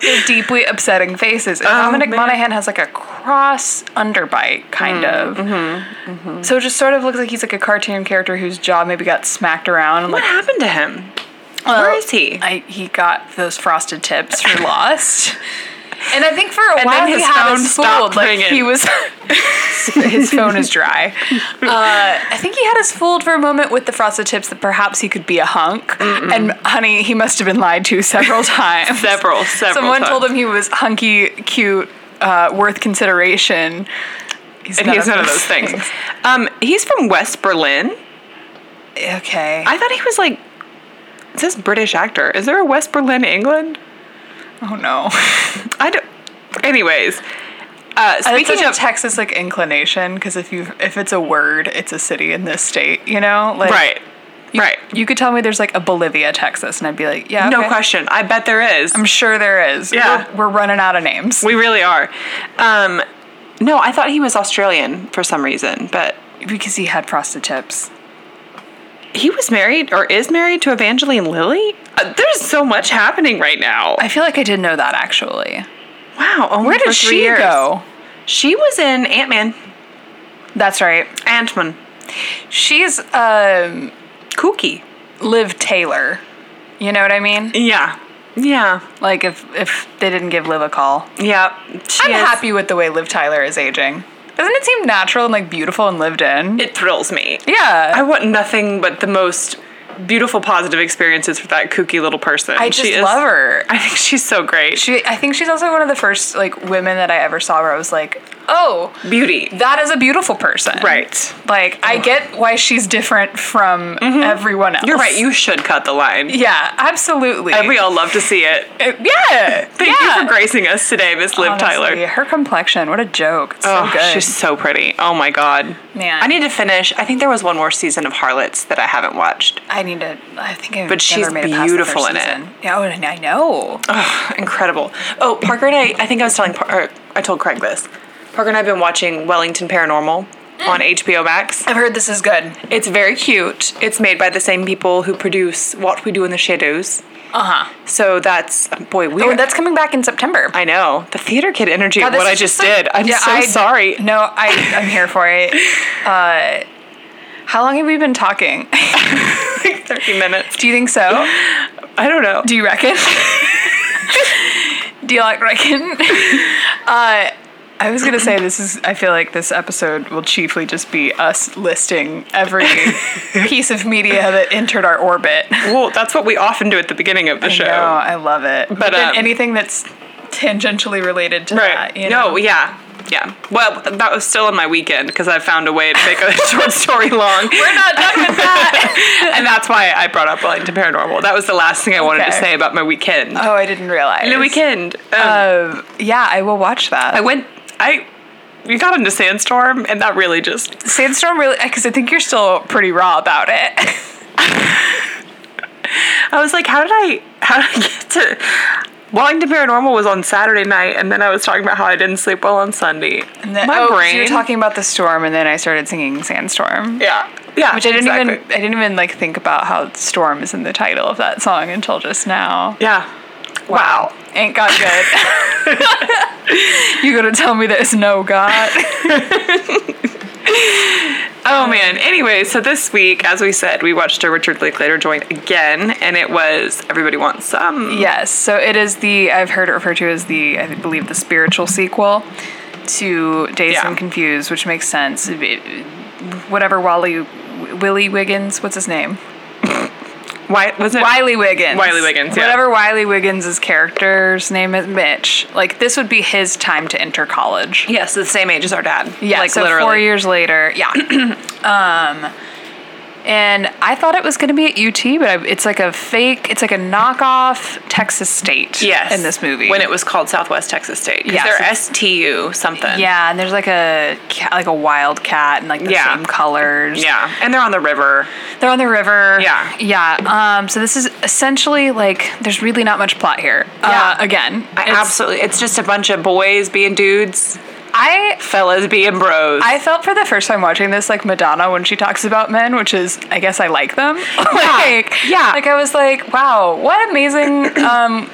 Speaker 2: They're deeply upsetting faces. And Dominic
Speaker 1: Oh, man. Mm,
Speaker 2: Monaghan has like a cross underbite, kind of.
Speaker 1: mm-hmm,
Speaker 2: So it just sort of looks like he's like a cartoon character whose jaw maybe got smacked around.
Speaker 1: What
Speaker 2: Like,
Speaker 1: happened to him?
Speaker 2: well,
Speaker 1: Where is he?
Speaker 2: I, he got those frosted tips for Lost. And I think for a
Speaker 1: And
Speaker 2: while
Speaker 1: then
Speaker 2: he
Speaker 1: his
Speaker 2: had
Speaker 1: phone
Speaker 2: us
Speaker 1: stopped
Speaker 2: fooled. Like
Speaker 1: ringing.
Speaker 2: he was, his phone is dry. Uh, I think he had us fooled for a moment with the frosted tips that perhaps he could be a hunk. And honey, he must have been lied to several times.
Speaker 1: Several, several.
Speaker 2: Someone
Speaker 1: times.
Speaker 2: told him he was hunky, cute, uh, worth consideration. He's
Speaker 1: and he's none of those things. Um, he's from West Berlin.
Speaker 2: Okay.
Speaker 1: I thought he was like. It says British actor. Is there a West Berlin, England?
Speaker 2: oh no.
Speaker 1: I don't. Anyways, uh,
Speaker 2: Speaking
Speaker 1: speaking
Speaker 2: such
Speaker 1: of
Speaker 2: of Texas, like inclination, because if you if it's a word, it's a city in this state. You know, like
Speaker 1: right, right,
Speaker 2: You could tell me there's like a Bolivia, Texas, and I'd be like, yeah,
Speaker 1: no
Speaker 2: okay.
Speaker 1: question. I bet there is.
Speaker 2: I'm sure there is.
Speaker 1: Yeah.
Speaker 2: we're, we're running out of names.
Speaker 1: we really are. Um, no, I thought he was Australian for some reason, but
Speaker 2: because he had frosted tips.
Speaker 1: he was married or is married to Evangeline Lilly. Uh, there's so much happening right now.
Speaker 2: I feel like I did know that actually.
Speaker 1: wow, only
Speaker 2: Where
Speaker 1: for
Speaker 2: did
Speaker 1: three
Speaker 2: she
Speaker 1: years.
Speaker 2: go?
Speaker 1: She was in Ant Man.
Speaker 2: That's right.
Speaker 1: Ant Man.
Speaker 2: She's um,
Speaker 1: Kooky.
Speaker 2: Liv Taylor. You know what I mean?
Speaker 1: Yeah. Yeah.
Speaker 2: Like if if they didn't give Liv a call,
Speaker 1: Yeah. She
Speaker 2: I'm
Speaker 1: is-
Speaker 2: happy with the way Liv Tyler is aging. Doesn't it seem natural and like beautiful and lived in?
Speaker 1: It thrills me.
Speaker 2: yeah.
Speaker 1: I want nothing but the most beautiful positive experiences for that kooky little person.
Speaker 2: I just love her.
Speaker 1: I think she's so great.
Speaker 2: She, I think she's also one of the first like women that I ever saw where I was like, oh,
Speaker 1: Beauty.
Speaker 2: that is a beautiful person.
Speaker 1: Right.
Speaker 2: Like I get why she's different from everyone else.
Speaker 1: Mm-hmm. You're right. You should cut the line.
Speaker 2: Yeah, absolutely.
Speaker 1: And we all love to see it.
Speaker 2: Uh, yeah.
Speaker 1: Thank
Speaker 2: yeah.
Speaker 1: you for gracing us today, Miss Liv
Speaker 2: Honestly,
Speaker 1: Tyler.
Speaker 2: Her complexion, what a joke. It's
Speaker 1: Oh,
Speaker 2: so good.
Speaker 1: she's so pretty. Oh my god.
Speaker 2: Man.
Speaker 1: I need to finish. I think there was one more season of Harlots that I haven't watched.
Speaker 2: I need to. I think I've
Speaker 1: But she's
Speaker 2: never made it past the
Speaker 1: beautiful
Speaker 2: first
Speaker 1: in it.
Speaker 2: season. Yeah, oh, and I know.
Speaker 1: Incredible. Oh, Parker and I, I think I was telling, Par- or I told Craig this. Parker and I have been watching Wellington Paranormal on HBO Max.
Speaker 2: I've heard this is good.
Speaker 1: It's very cute. It's made by the same people who produce What We Do in the Shadows.
Speaker 2: Uh huh.
Speaker 1: So that's, boy, we
Speaker 2: Oh,
Speaker 1: are-
Speaker 2: that's coming back in September.
Speaker 1: I know. The theater kid energy
Speaker 2: God,
Speaker 1: of
Speaker 2: this
Speaker 1: what I
Speaker 2: is
Speaker 1: just
Speaker 2: like-
Speaker 1: did. I'm
Speaker 2: Yeah,
Speaker 1: so
Speaker 2: I-
Speaker 1: sorry.
Speaker 2: No, I, I'm here for it. Uh, how long have we been talking?
Speaker 1: 30 minutes.
Speaker 2: Do you think so?
Speaker 1: I don't know.
Speaker 2: Do you reckon? Do you like reckon? uh, I was gonna say this is. I feel like this episode will chiefly just be us listing every piece of media that entered our orbit.
Speaker 1: Well, that's what we often do at the beginning of the show.
Speaker 2: No, I love it. But, then
Speaker 1: um,
Speaker 2: anything that's tangentially related to
Speaker 1: Right.
Speaker 2: that, you
Speaker 1: no,
Speaker 2: know.
Speaker 1: yeah. Yeah. Well, that was still in my weekend because I found a way to make a short story long.
Speaker 2: We're not done with that.
Speaker 1: and that's why I brought up Wellington Paranormal. That was the last thing I wanted to
Speaker 2: Okay.
Speaker 1: say about my weekend.
Speaker 2: oh, I didn't realize.
Speaker 1: the weekend. Um,
Speaker 2: Uh, yeah, I will watch that.
Speaker 1: I went. I. We got into Sandstorm, and that really just.
Speaker 2: Sandstorm really, because I think you're still pretty raw about it.
Speaker 1: I was like, how did I. How did I get to. Wellington Paranormal was on Saturday night, and then I was talking about how I didn't sleep well on Sunday.
Speaker 2: The-
Speaker 1: my
Speaker 2: oh, 'cause
Speaker 1: brain.
Speaker 2: You were talking about the storm, and then I started singing "Sandstorm,"
Speaker 1: Yeah. Yeah.
Speaker 2: which I didn't
Speaker 1: exactly.
Speaker 2: even I didn't even like think about how "Storm" is in the title of that song until just now.
Speaker 1: Yeah. Wow.
Speaker 2: ain't God good? you gonna tell me there's no God?
Speaker 1: Oh man. Anyway, so this week, as we said, we watched a Richard Linklater joint again, and it was Everybody Wants Some.
Speaker 2: yes. So it is the I've heard it referred to as the I believe the spiritual sequel to Dazed
Speaker 1: Yeah.
Speaker 2: and Confused, which makes sense. It- it- Whatever Wally Willie Wiggins, what's his name?
Speaker 1: Why was it?
Speaker 2: Wiley Wiggins.
Speaker 1: Wiley Wiggins, yeah.
Speaker 2: Whatever Wiley Wiggins' character's name is, Mitch. Like this would be his time to enter college.
Speaker 1: Yes, the same age as our dad.
Speaker 2: Yeah,
Speaker 1: like
Speaker 2: so
Speaker 1: literally.
Speaker 2: four years later. Yeah. um, and I thought it was going to be at UT, but I, it's like a fake. It's like a knockoff Texas State.
Speaker 1: Yes.
Speaker 2: In this movie,
Speaker 1: When it was called Southwest Texas State.
Speaker 2: Yes.
Speaker 1: Yes. They're STU something.
Speaker 2: yeah, and there's like a ca- like a wildcat and like the
Speaker 1: Yeah.
Speaker 2: same colors.
Speaker 1: Yeah. And they're on the river.
Speaker 2: They're on the river.
Speaker 1: Yeah.
Speaker 2: Yeah. Um, so this is essentially like there's really not much plot here.
Speaker 1: Yeah.
Speaker 2: Uh, again,
Speaker 1: I
Speaker 2: it's-
Speaker 1: absolutely. It's just a bunch of boys being dudes.
Speaker 2: I
Speaker 1: Fellas being bros.
Speaker 2: I felt for the first time watching this like Madonna when she talks about men, which is I guess I like them. like
Speaker 1: yeah.
Speaker 2: Like I was like, wow, what amazing um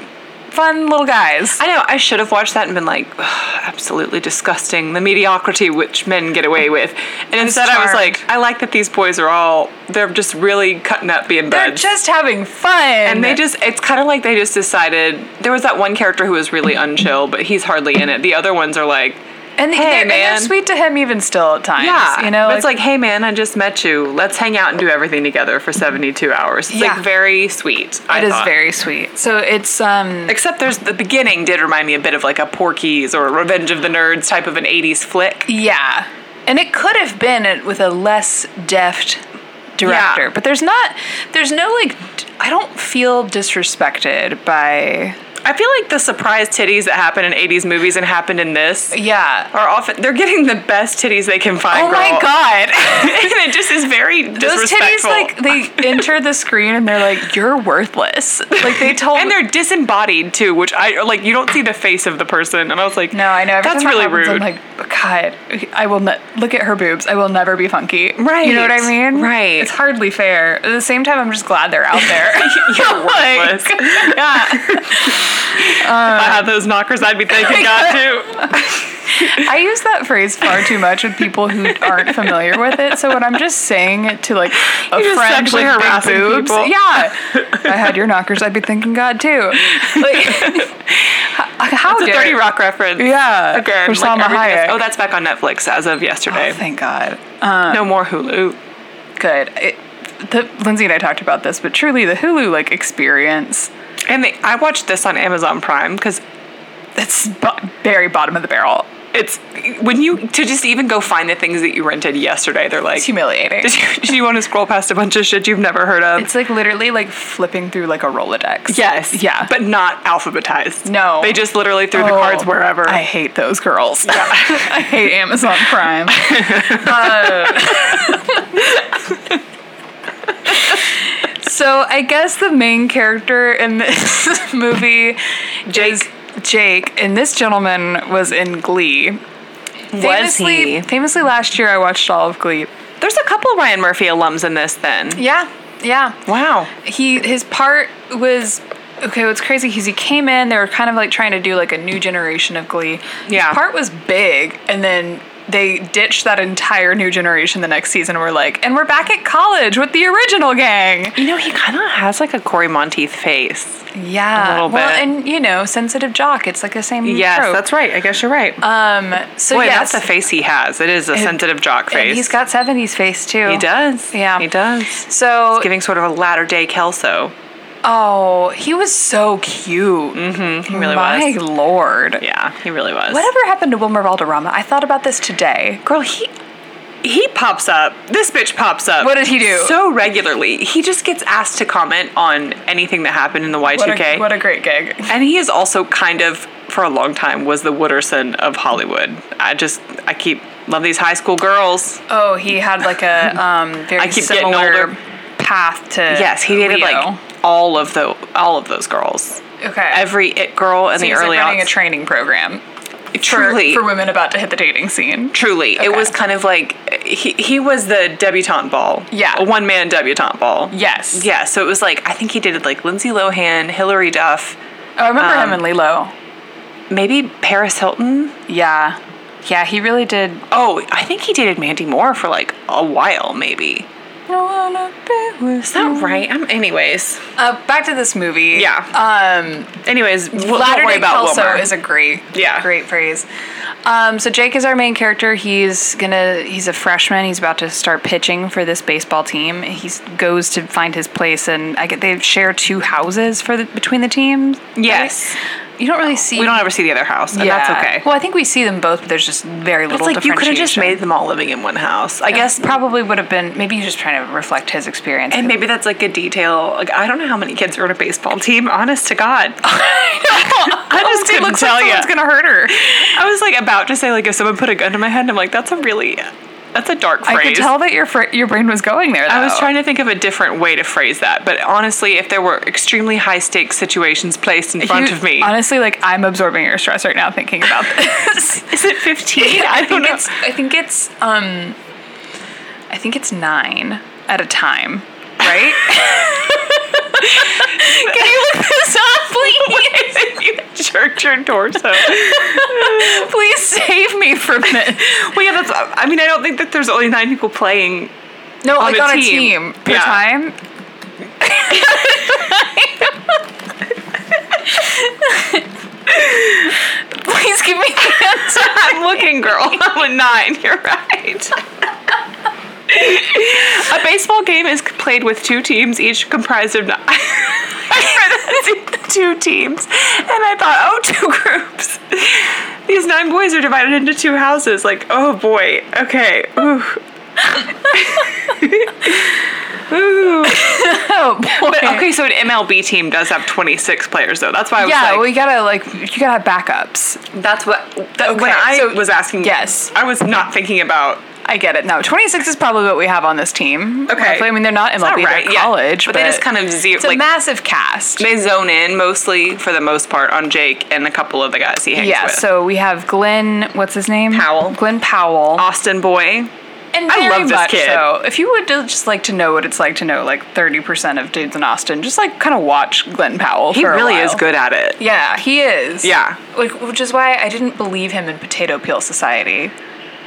Speaker 2: fun little guys.
Speaker 1: I know. I should have watched that and been like, "Ugh, absolutely disgusting. The mediocrity which men get away with. And instead, I was
Speaker 2: charmed.
Speaker 1: like, I like that these boys are all. They're just really cutting up being
Speaker 2: They're
Speaker 1: buds.
Speaker 2: just having fun.
Speaker 1: and they just. It's kind of like they just decided. There was that one character who was really unchill, but he's hardly in it. The other ones are like,
Speaker 2: and,
Speaker 1: Hey,
Speaker 2: they're, and they're
Speaker 1: man.
Speaker 2: sweet to him even still at times.
Speaker 1: yeah,
Speaker 2: You know,
Speaker 1: But it's like, hey man, I just met you. Let's hang out and do everything together for seventy-two hours. It's
Speaker 2: Yeah.
Speaker 1: like very sweet. I
Speaker 2: it is
Speaker 1: thought.
Speaker 2: very sweet. So it's um
Speaker 1: Except there's the beginning did remind me a bit of like a Porky's or Revenge of the Nerds type of an '80s flick.
Speaker 2: yeah. And it could have been it with a less deft director,
Speaker 1: Yeah.
Speaker 2: but there's not there's no like d- I don't feel disrespected by
Speaker 1: I feel like the surprise titties that happen in 80s movies and happened in this
Speaker 2: yeah.
Speaker 1: are often they're getting the best titties they can find.
Speaker 2: Oh my
Speaker 1: girl.
Speaker 2: god.
Speaker 1: and it just is very
Speaker 2: Those
Speaker 1: disrespectful.
Speaker 2: titties like they enter the screen and they're like you're worthless. Like they told
Speaker 1: and they're disembodied too, which I like. You don't see the face of the person, and I was like,
Speaker 2: No, I know. Every
Speaker 1: that's
Speaker 2: time that
Speaker 1: really rude."
Speaker 2: happens, I'm like, God, I will not look at her boobs. I will never be funky. You know what I
Speaker 1: Right.
Speaker 2: mean?
Speaker 1: Right.
Speaker 2: It's hardly fair. At the same time, I'm just glad they're out there. Oh
Speaker 1: You're worthless.
Speaker 2: Like,
Speaker 1: yeah. if I had those knockers, I'd be thanking God too.
Speaker 2: I use that phrase far too much with people who aren't familiar with it. So when I'm just saying it to like a
Speaker 1: You're just
Speaker 2: friend with
Speaker 1: sexually
Speaker 2: big
Speaker 1: harassing
Speaker 2: boobs,
Speaker 1: people.
Speaker 2: yeah. If I had your knockers, I'd be thanking God too. Like, how, how
Speaker 1: It's a
Speaker 2: dare-
Speaker 1: Thirty Rock reference.
Speaker 2: Yeah.
Speaker 1: Again,
Speaker 2: For
Speaker 1: like
Speaker 2: Salma
Speaker 1: everything else.
Speaker 2: Hayek.
Speaker 1: Oh, that's back on Netflix as of yesterday.
Speaker 2: Oh, thank God.
Speaker 1: no more Hulu.
Speaker 2: good. It, the, Lindsay and I talked about this, but truly the Hulu like experience
Speaker 1: And they, I watched this on Amazon Prime because
Speaker 2: that's bo- very bottom of the barrel.
Speaker 1: it's when you to just even go find the things that you rented yesterday. They're like,
Speaker 2: It's humiliating.
Speaker 1: did you, did you want to scroll past a bunch of shit you've never heard of?
Speaker 2: It's like literally like flipping through like a Rolodex.
Speaker 1: yes,
Speaker 2: yeah.
Speaker 1: but not alphabetized.
Speaker 2: No.
Speaker 1: they just literally threw the
Speaker 2: Oh,
Speaker 1: cards wherever.
Speaker 2: I hate those girls. I hate Amazon Prime. Uh, so I guess the main character in this movie Jake. is Jake, and this gentleman was in Glee. famously,
Speaker 1: he?
Speaker 2: Famously, last year I watched all of Glee.
Speaker 1: There's a couple Ryan Murphy alums in this. Then
Speaker 2: Yeah, yeah.
Speaker 1: wow,
Speaker 2: he his part was okay what's crazy is he came in they were kind of like trying to do like a new generation of glee
Speaker 1: Yeah.
Speaker 2: his part was big and then they ditched that entire new generation the next season and were like and we're back at college with the original gang
Speaker 1: you know he kind of has like a Corey Monteith face.
Speaker 2: yeah
Speaker 1: A little
Speaker 2: well
Speaker 1: bit.
Speaker 2: and you know sensitive jock it's like the same
Speaker 1: Yes,
Speaker 2: trope.
Speaker 1: that's right. I guess you're right.
Speaker 2: um so
Speaker 1: Boy,
Speaker 2: yes
Speaker 1: that's the face he has. It is a sensitive jock face.
Speaker 2: and he's got 70s face too
Speaker 1: He does.
Speaker 2: Yeah.
Speaker 1: he does.
Speaker 2: so
Speaker 1: Giving sort of a latter day Kelso.
Speaker 2: oh he was so cute
Speaker 1: Mm-hmm, He really
Speaker 2: my
Speaker 1: was.
Speaker 2: lord
Speaker 1: Yeah, he really was.
Speaker 2: whatever happened to wilmer valderrama i thought about this today
Speaker 1: girl he he pops up this bitch pops up
Speaker 2: What did he do?
Speaker 1: so regularly he just gets asked to comment on anything that happened in the y2k
Speaker 2: What a, what a great gig.
Speaker 1: and he is also kind of for a long time was the wooderson of hollywood i just i keep love these high school girls
Speaker 2: Oh, he had like a um, very
Speaker 1: I keep getting
Speaker 2: similar
Speaker 1: older.
Speaker 2: path to
Speaker 1: yes he dated
Speaker 2: Leo.
Speaker 1: like all of the all of those girls
Speaker 2: okay
Speaker 1: every it girl in the
Speaker 2: He was, like,
Speaker 1: early
Speaker 2: running a
Speaker 1: aughts.
Speaker 2: training program for,
Speaker 1: truly
Speaker 2: for women about to hit the dating scene.
Speaker 1: Truly, it
Speaker 2: Okay.
Speaker 1: was kind of like he, he was the debutante ball.
Speaker 2: Yeah.
Speaker 1: A one man debutante ball.
Speaker 2: Yes.
Speaker 1: Yeah, so it was like, I think he did it like Lindsay Lohan, Hilary Duff,
Speaker 2: Oh, I remember
Speaker 1: Um,
Speaker 2: him and Lilo.
Speaker 1: maybe Paris Hilton.
Speaker 2: Yeah, yeah, he really did.
Speaker 1: Oh, I think he dated Mandy Moore for like a while, maybe. Is that right? I'm, anyways.
Speaker 2: Uh, back to this movie.
Speaker 1: Yeah.
Speaker 2: Um,
Speaker 1: Anyways, we'll, don't
Speaker 2: Latter
Speaker 1: worry
Speaker 2: day
Speaker 1: about
Speaker 2: Kelso
Speaker 1: Wilmer.
Speaker 2: is a great,
Speaker 1: Yeah.
Speaker 2: great phrase. Um, so Jake is our main character. He's gonna, he's a freshman. He's about to start pitching for this baseball team. He goes to find his place, and I get they share two houses for the between the teams. right?
Speaker 1: Yes.
Speaker 2: you don't really see.
Speaker 1: we don't ever see the other house, and that's okay.
Speaker 2: Well, I think we see them both, but there's just very
Speaker 1: it's
Speaker 2: little.
Speaker 1: like you could have just
Speaker 2: differentiation.
Speaker 1: made them all living in one house. I
Speaker 2: I guess
Speaker 1: guess
Speaker 2: probably would have been. Maybe he's just trying to reflect his experience.
Speaker 1: And maybe that's like a detail. Like I don't know how many kids are on a baseball team. Honest to God, I just
Speaker 2: it
Speaker 1: couldn't
Speaker 2: looks
Speaker 1: tell
Speaker 2: like
Speaker 1: ya.
Speaker 2: someone's gonna hurt her.
Speaker 1: I was like about to say like if someone put a gun to my head, I'm like that's a really That's a dark phrase. Oh.
Speaker 2: I could tell that your fr- your brain was going there. Though.
Speaker 1: I was trying to think of a different way to phrase that, but honestly, if there were extremely high stakes situations placed in front
Speaker 2: You-
Speaker 1: of me,
Speaker 2: Honestly, like I'm absorbing your stress right now thinking about this.
Speaker 1: is it 15?
Speaker 2: I,
Speaker 1: I
Speaker 2: think
Speaker 1: don't know.
Speaker 2: it's I think it's um I think it's nine at a time, right? Can you look this up, please?
Speaker 1: you jerked your torso.
Speaker 2: please save me from this.
Speaker 1: well, yeah, that's. I mean, I don't think that there's only nine people playing.
Speaker 2: No,
Speaker 1: On
Speaker 2: like
Speaker 1: a
Speaker 2: on a
Speaker 1: team.
Speaker 2: team per
Speaker 1: Yeah.
Speaker 2: time. please give me the answer.
Speaker 1: I'm looking, girl. I'm a nine. You're right. a baseball game is played with two teams, each comprised of nine. I read that two teams, and I thought, oh, two groups. These nine boys are divided into two houses. Like, oh boy. Okay. Ooh. Ooh.
Speaker 2: Oh boy.
Speaker 1: But okay, so an MLB team does have 26 players, though. That's why I was
Speaker 2: Yeah,
Speaker 1: like,
Speaker 2: we gotta like you gotta have backups.
Speaker 1: that's what that, when
Speaker 2: okay,
Speaker 1: I
Speaker 2: so-
Speaker 1: was asking.
Speaker 2: yes.
Speaker 1: I was not thinking about.
Speaker 2: I get it. No, 26 is probably what we have on this team.
Speaker 1: Okay.
Speaker 2: Roughly. I mean, they're not MLB,
Speaker 1: Not right,
Speaker 2: they're
Speaker 1: yeah.
Speaker 2: college,
Speaker 1: but, they just kind of zero.
Speaker 2: it's a
Speaker 1: Like
Speaker 2: massive cast.
Speaker 1: they zone in mostly for the most part on Jake and a couple of the guys he hangs
Speaker 2: Yeah,
Speaker 1: with.
Speaker 2: so we have Glenn, what's his name?
Speaker 1: Powell.
Speaker 2: Glenn Powell.
Speaker 1: Austin boy.
Speaker 2: And
Speaker 1: I
Speaker 2: very
Speaker 1: love this
Speaker 2: much
Speaker 1: kid.
Speaker 2: so. If you would just like to know what it's like to know like 30% of dudes in Austin, just like kind of watch Glenn Powell.
Speaker 1: He
Speaker 2: for a
Speaker 1: really
Speaker 2: while.
Speaker 1: is good at it.
Speaker 2: Yeah, he is.
Speaker 1: Yeah.
Speaker 2: Like, which is why I didn't believe him in Potato Peel Society.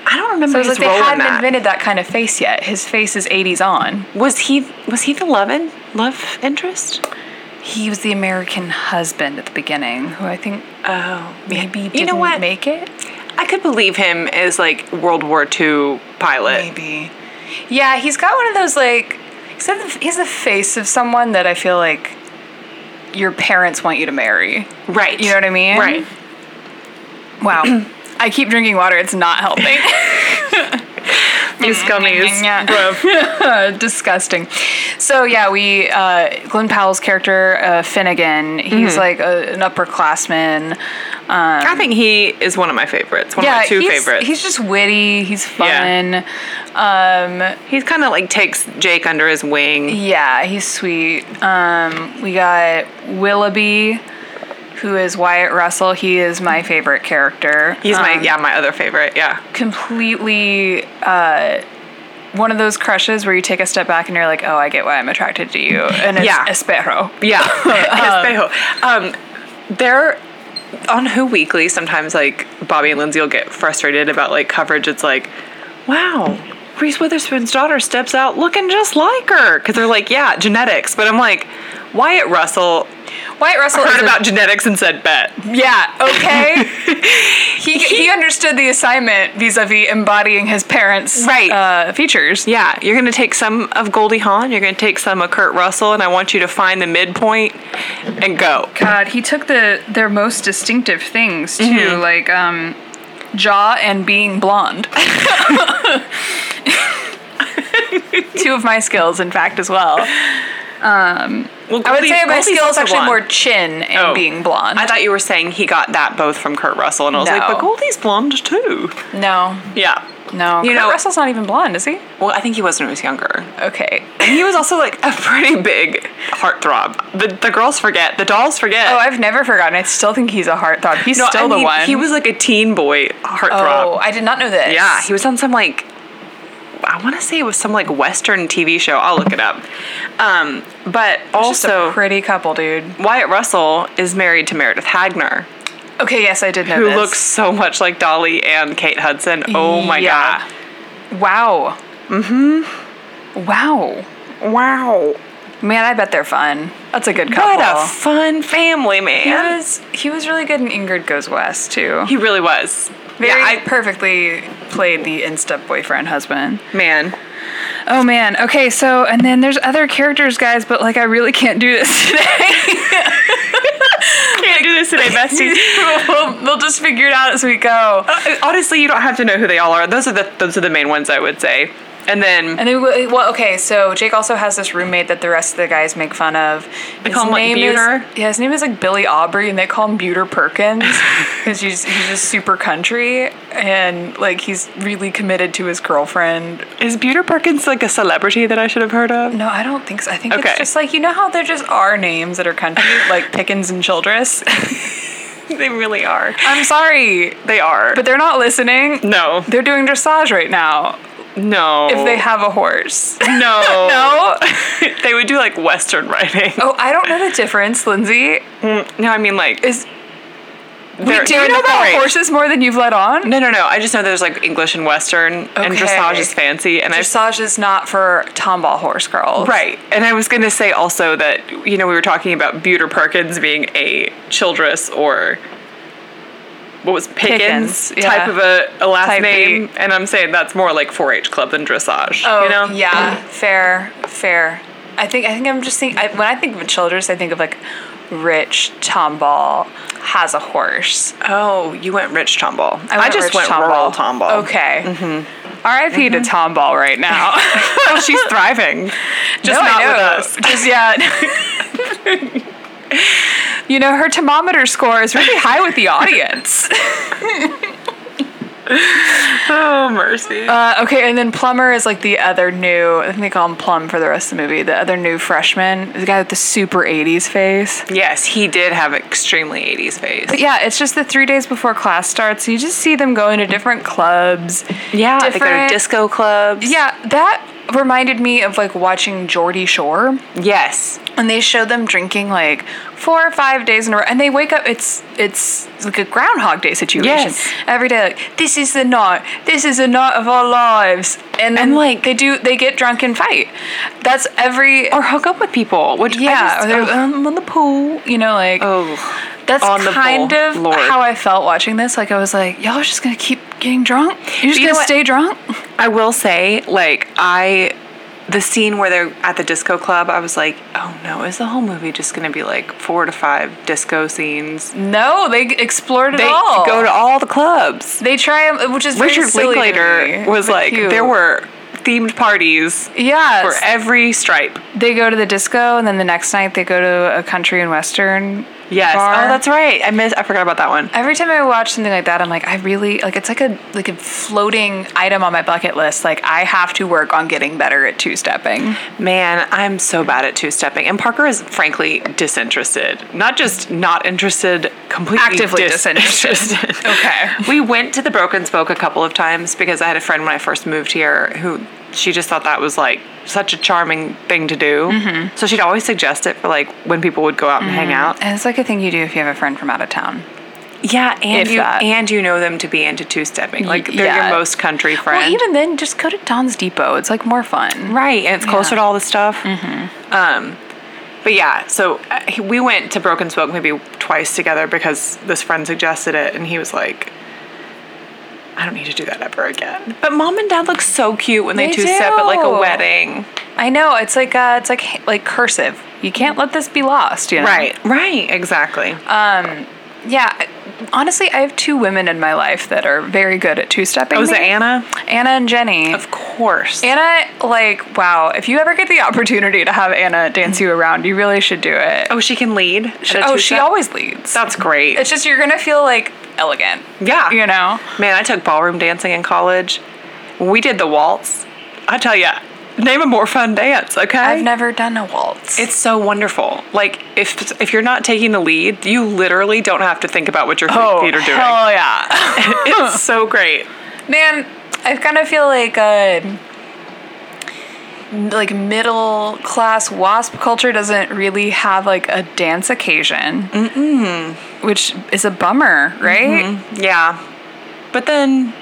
Speaker 1: I don't remember
Speaker 2: So it's
Speaker 1: his
Speaker 2: like they
Speaker 1: role in
Speaker 2: hadn't
Speaker 1: that.
Speaker 2: invented that kind of face yet. His face is 80s on.
Speaker 1: was he was he the love in, love interest?
Speaker 2: He was the American husband at the beginning, who I think
Speaker 1: Oh,
Speaker 2: maybe
Speaker 1: you
Speaker 2: didn't
Speaker 1: know what?
Speaker 2: make it.
Speaker 1: I could believe him as like World War II pilot.
Speaker 2: Maybe. Yeah, he's got one of those like. He's got the, he's the face of someone that I feel like your parents want you to marry.
Speaker 1: Right.
Speaker 2: You know what I mean? Mm-hmm.
Speaker 1: Right.
Speaker 2: Wow. I keep drinking water. It's not helping.
Speaker 1: These gummies.
Speaker 2: Yeah.
Speaker 1: Bruv.
Speaker 2: Disgusting. So yeah, we uh, Glenn Powell's character uh, Finnegan.
Speaker 1: Mm-hmm.
Speaker 2: He's like a, an upperclassman.
Speaker 1: I think he is one of my favorites. One
Speaker 2: Yeah,
Speaker 1: of my two
Speaker 2: he's,
Speaker 1: favorites. He's,
Speaker 2: He's just witty. He's fun.
Speaker 1: Yeah.
Speaker 2: Um,
Speaker 1: kind of like takes Jake under his wing.
Speaker 2: Yeah, he's sweet. Um, we got Willoughby, who is Wyatt Russell. He is my favorite character.
Speaker 1: He's my
Speaker 2: Um,
Speaker 1: yeah my other favorite. Yeah.
Speaker 2: completely uh, one of those crushes where you take a step back and you're like, oh, I get why I'm attracted to you, and it's
Speaker 1: Yeah.
Speaker 2: Espero.
Speaker 1: Yeah. Espejo. Um, they're on Who Weekly. Sometimes like Bobby and Lindsay will get frustrated about like coverage. It's like, wow. Reese Witherspoon's daughter steps out looking just like her because they're like, yeah, genetics. But I'm like, Wyatt Russell
Speaker 2: Wyatt Russell is
Speaker 1: heard
Speaker 2: a-
Speaker 1: about genetics and said, bet.
Speaker 2: yeah okay. he he understood the assignment vis-a-vis embodying his parents'
Speaker 1: Right.
Speaker 2: uh, features.
Speaker 1: Yeah, you're going to take some of Goldie Hawn, you're going to take some of Kurt Russell, and I want you to find the midpoint and go.
Speaker 2: God, he took the their most distinctive things too,
Speaker 1: Mm-hmm.
Speaker 2: like um, jaw and being blonde. Two of my skills, in fact, as well.
Speaker 1: Well,
Speaker 2: I would say my
Speaker 1: Goldie's
Speaker 2: skill is
Speaker 1: also
Speaker 2: actually
Speaker 1: blonde.
Speaker 2: more chin and
Speaker 1: Oh.
Speaker 2: being blonde.
Speaker 1: I thought you were saying he got that both from Kurt Russell, and I was like,
Speaker 2: No.
Speaker 1: but Goldie's blonde too.
Speaker 2: no,
Speaker 1: Yeah.
Speaker 2: no.
Speaker 1: You
Speaker 2: Kurt
Speaker 1: know-
Speaker 2: Russell's not even blonde, is he?
Speaker 1: Well, I think he was when he was younger.
Speaker 2: Okay.
Speaker 1: And he was also like a pretty big heartthrob. The, the girls forget, the dolls forget.
Speaker 2: Oh, I've never forgotten. I still think he's a heartthrob. He's
Speaker 1: No,
Speaker 2: still
Speaker 1: I
Speaker 2: the
Speaker 1: mean,
Speaker 2: one.
Speaker 1: He was like a teen boy
Speaker 2: Oh,
Speaker 1: heartthrob.
Speaker 2: I did not know this.
Speaker 1: Yeah, he was on some like I want to say it was some like Western TV show. I'll look it up. Um, but
Speaker 2: Just a
Speaker 1: also,
Speaker 2: pretty couple, dude.
Speaker 1: Wyatt Russell is married to Meredith Hagner,
Speaker 2: Okay, yes, I did know
Speaker 1: who
Speaker 2: this.
Speaker 1: looks so much like Dolly and Kate Hudson. Oh my
Speaker 2: Yeah. Wow. Mm-hmm. Wow.
Speaker 1: god! Wow,
Speaker 2: Man, I bet they're fun. That's a good couple.
Speaker 1: what a fun family, man.
Speaker 2: he was he was really good in Ingrid Goes West too.
Speaker 1: He really was.
Speaker 2: Very
Speaker 1: yeah,
Speaker 2: perfectly played the insta boyfriend husband.
Speaker 1: I, man.
Speaker 2: Oh man. Okay, so and then there's other characters, guys, but like I really can't do this today.
Speaker 1: Can't do this today, besties.
Speaker 2: we'll, we'll just figure it out as we go.
Speaker 1: Honestly, you don't have to know who they all are. Those are the those are the main ones I would say. And then
Speaker 2: And then, we- well, okay, so Jake also has this roommate that the rest of the guys make fun of. They
Speaker 1: call him, like, Buter?
Speaker 2: Is, yeah, his name is like Billy Aubrey, and they call him Buter Perkins because he's, he's just super country and like he's really committed to his girlfriend.
Speaker 1: is Buter Perkins like a celebrity that I should have heard of?
Speaker 2: No, I don't think so. I think
Speaker 1: Okay.
Speaker 2: it's just like, you know how there just are names that are country, like Pickens and Childress?
Speaker 1: they really are.
Speaker 2: I'm sorry,
Speaker 1: They are.
Speaker 2: but they're not listening.
Speaker 1: no,
Speaker 2: They're doing dressage right now
Speaker 1: no.
Speaker 2: if they have a horse.
Speaker 1: no,
Speaker 2: No?
Speaker 1: they would do like Western writing.
Speaker 2: Oh, I don't know the difference, Lindsay.
Speaker 1: No, I mean like
Speaker 2: Is
Speaker 1: they're-
Speaker 2: Wait, do you
Speaker 1: they're
Speaker 2: know about
Speaker 1: different.
Speaker 2: horses more than you've let on?
Speaker 1: No, no, no. I just know there's like English and Western, and
Speaker 2: Okay.
Speaker 1: dressage is fancy, and I
Speaker 2: Dressage is not for tomball horse girls.
Speaker 1: Right. And I was going to say also that, you know, we were talking about Buter Perkins being a Childress or what was Pickens,
Speaker 2: Pickens, yeah.
Speaker 1: type of a, a last
Speaker 2: Type
Speaker 1: name. And I'm saying that's more like 4 H club than dressage.
Speaker 2: Oh,
Speaker 1: you know?
Speaker 2: yeah, fair, fair. I think I think I'm just thinking. I, when I think of Childress, I think of like rich tomball has a horse.
Speaker 1: Oh, you went Rich Tomball. I,
Speaker 2: went
Speaker 1: just
Speaker 2: rich
Speaker 1: went
Speaker 2: tomball.
Speaker 1: rural Tomball.
Speaker 2: Okay. R.I.P. to tomball right now.
Speaker 1: oh, she's thriving. Just
Speaker 2: No, I
Speaker 1: not
Speaker 2: know.
Speaker 1: with us.
Speaker 2: Just yet. you know, her thermometer score is really high with the audience.
Speaker 1: Oh, mercy.
Speaker 2: Uh, okay, and then Plumber is like the other new. I think they call him Plum for the rest of the movie. The other new freshman, the guy with the super '80s face.
Speaker 1: yes, he did have extremely 80s face.
Speaker 2: But yeah, it's just the three days before class starts. You just see them going to different clubs.
Speaker 1: Yeah, they go to
Speaker 2: different-
Speaker 1: disco clubs.
Speaker 2: Yeah, that reminded me of like watching Geordie Shore,
Speaker 1: Yes.
Speaker 2: and they show them drinking like four or five days in a row, and they wake up. It's it's like a Groundhog Day situation.
Speaker 1: Yes.
Speaker 2: every day like this is the night, this is the night of our lives, and then
Speaker 1: And, like-
Speaker 2: like Oh, they do they get drunk and fight. That's every
Speaker 1: Or hook up with people, which I
Speaker 2: yeah,
Speaker 1: just-
Speaker 2: or they're
Speaker 1: oh.
Speaker 2: um, on the pool, you know, like
Speaker 1: Oh,
Speaker 2: that's
Speaker 1: on the
Speaker 2: kind
Speaker 1: pool,
Speaker 2: of
Speaker 1: Lord.
Speaker 2: how I felt watching this. Like I was like, y'all are just gonna keep getting drunk. You're just
Speaker 1: you know
Speaker 2: gonna
Speaker 1: what?
Speaker 2: stay drunk.
Speaker 1: I will say, like, I, the scene where they're at the disco club, I was like, oh no, is the whole movie just gonna be like four to five disco scenes?
Speaker 2: No, they explored it
Speaker 1: They
Speaker 2: all.
Speaker 1: go to all the clubs.
Speaker 2: they try 'em, which is very
Speaker 1: Richard
Speaker 2: silly to
Speaker 1: Linklater
Speaker 2: me,
Speaker 1: was
Speaker 2: but
Speaker 1: like,
Speaker 2: cute.
Speaker 1: there were themed parties
Speaker 2: yes.
Speaker 1: for every stripe.
Speaker 2: They go to the disco, and then the next night they go to a country and western.
Speaker 1: Yes.
Speaker 2: bar.
Speaker 1: Oh, that's right. I miss. I forgot about that one.
Speaker 2: Every time I watch something like that, I'm like, I really like. It's like a like a floating item on my bucket list. Like I have to work on getting better at two stepping.
Speaker 1: Man, I'm so bad at two stepping. And Parker is frankly disinterested. Not just not interested, completely
Speaker 2: Actively disinterested. Okay.
Speaker 1: we went to the Broken Spoke a couple of times because I had a friend when I first moved here who she just thought that was like such a charming thing to do. So she'd always suggest it for like when people would go out and hang out.
Speaker 2: And it's like a thing you do if you have a friend from out of town.
Speaker 1: Yeah, and
Speaker 2: If
Speaker 1: you
Speaker 2: that.
Speaker 1: and you know them to be into two stepping. Like they're
Speaker 2: yeah.
Speaker 1: your most country friend.
Speaker 2: Well, even then, just go to Don's Depot. It's like more fun.
Speaker 1: Right, and it's closer to all the stuff. Um,
Speaker 2: Mm-hmm.
Speaker 1: but yeah, so uh, he- we went to Broken Spoke maybe twice together because this friend suggested it, and he was like, "I don't need to do that ever again." But mom and dad look so cute when they,
Speaker 2: They
Speaker 1: two step at like a
Speaker 2: do.
Speaker 1: wedding.
Speaker 2: I know. It's like uh, it's like like cursive. You can't let this be lost. You know.
Speaker 1: Right, right, exactly.
Speaker 2: Um, Yeah. I- Honestly, I have two women in my life that are very good at two stepping.
Speaker 1: was Oh, it Anna?
Speaker 2: Anna and Jenny.
Speaker 1: Of course.
Speaker 2: Anna, like, wow. If you ever get the opportunity to have Anna dance you around, you really should do it.
Speaker 1: oh, she can lead. at a
Speaker 2: oh, she
Speaker 1: two-step?
Speaker 2: always leads.
Speaker 1: That's great.
Speaker 2: It's just you're gonna feel like elegant.
Speaker 1: Yeah.
Speaker 2: You know.
Speaker 1: Man, I took ballroom dancing in college. We did the waltz. I tell you, name a more fun dance, okay?
Speaker 2: I've never done a waltz.
Speaker 1: It's so wonderful. Like if if you're not taking the lead, you literally don't have to think about what your feet are doing.
Speaker 2: Oh, Hell yeah.
Speaker 1: It's so great.
Speaker 2: Man, I kind of feel like a like middle class wasp culture doesn't really have like a dance occasion, Mm-mm. Mm-hmm. which is a bummer, right?
Speaker 1: Yeah. But then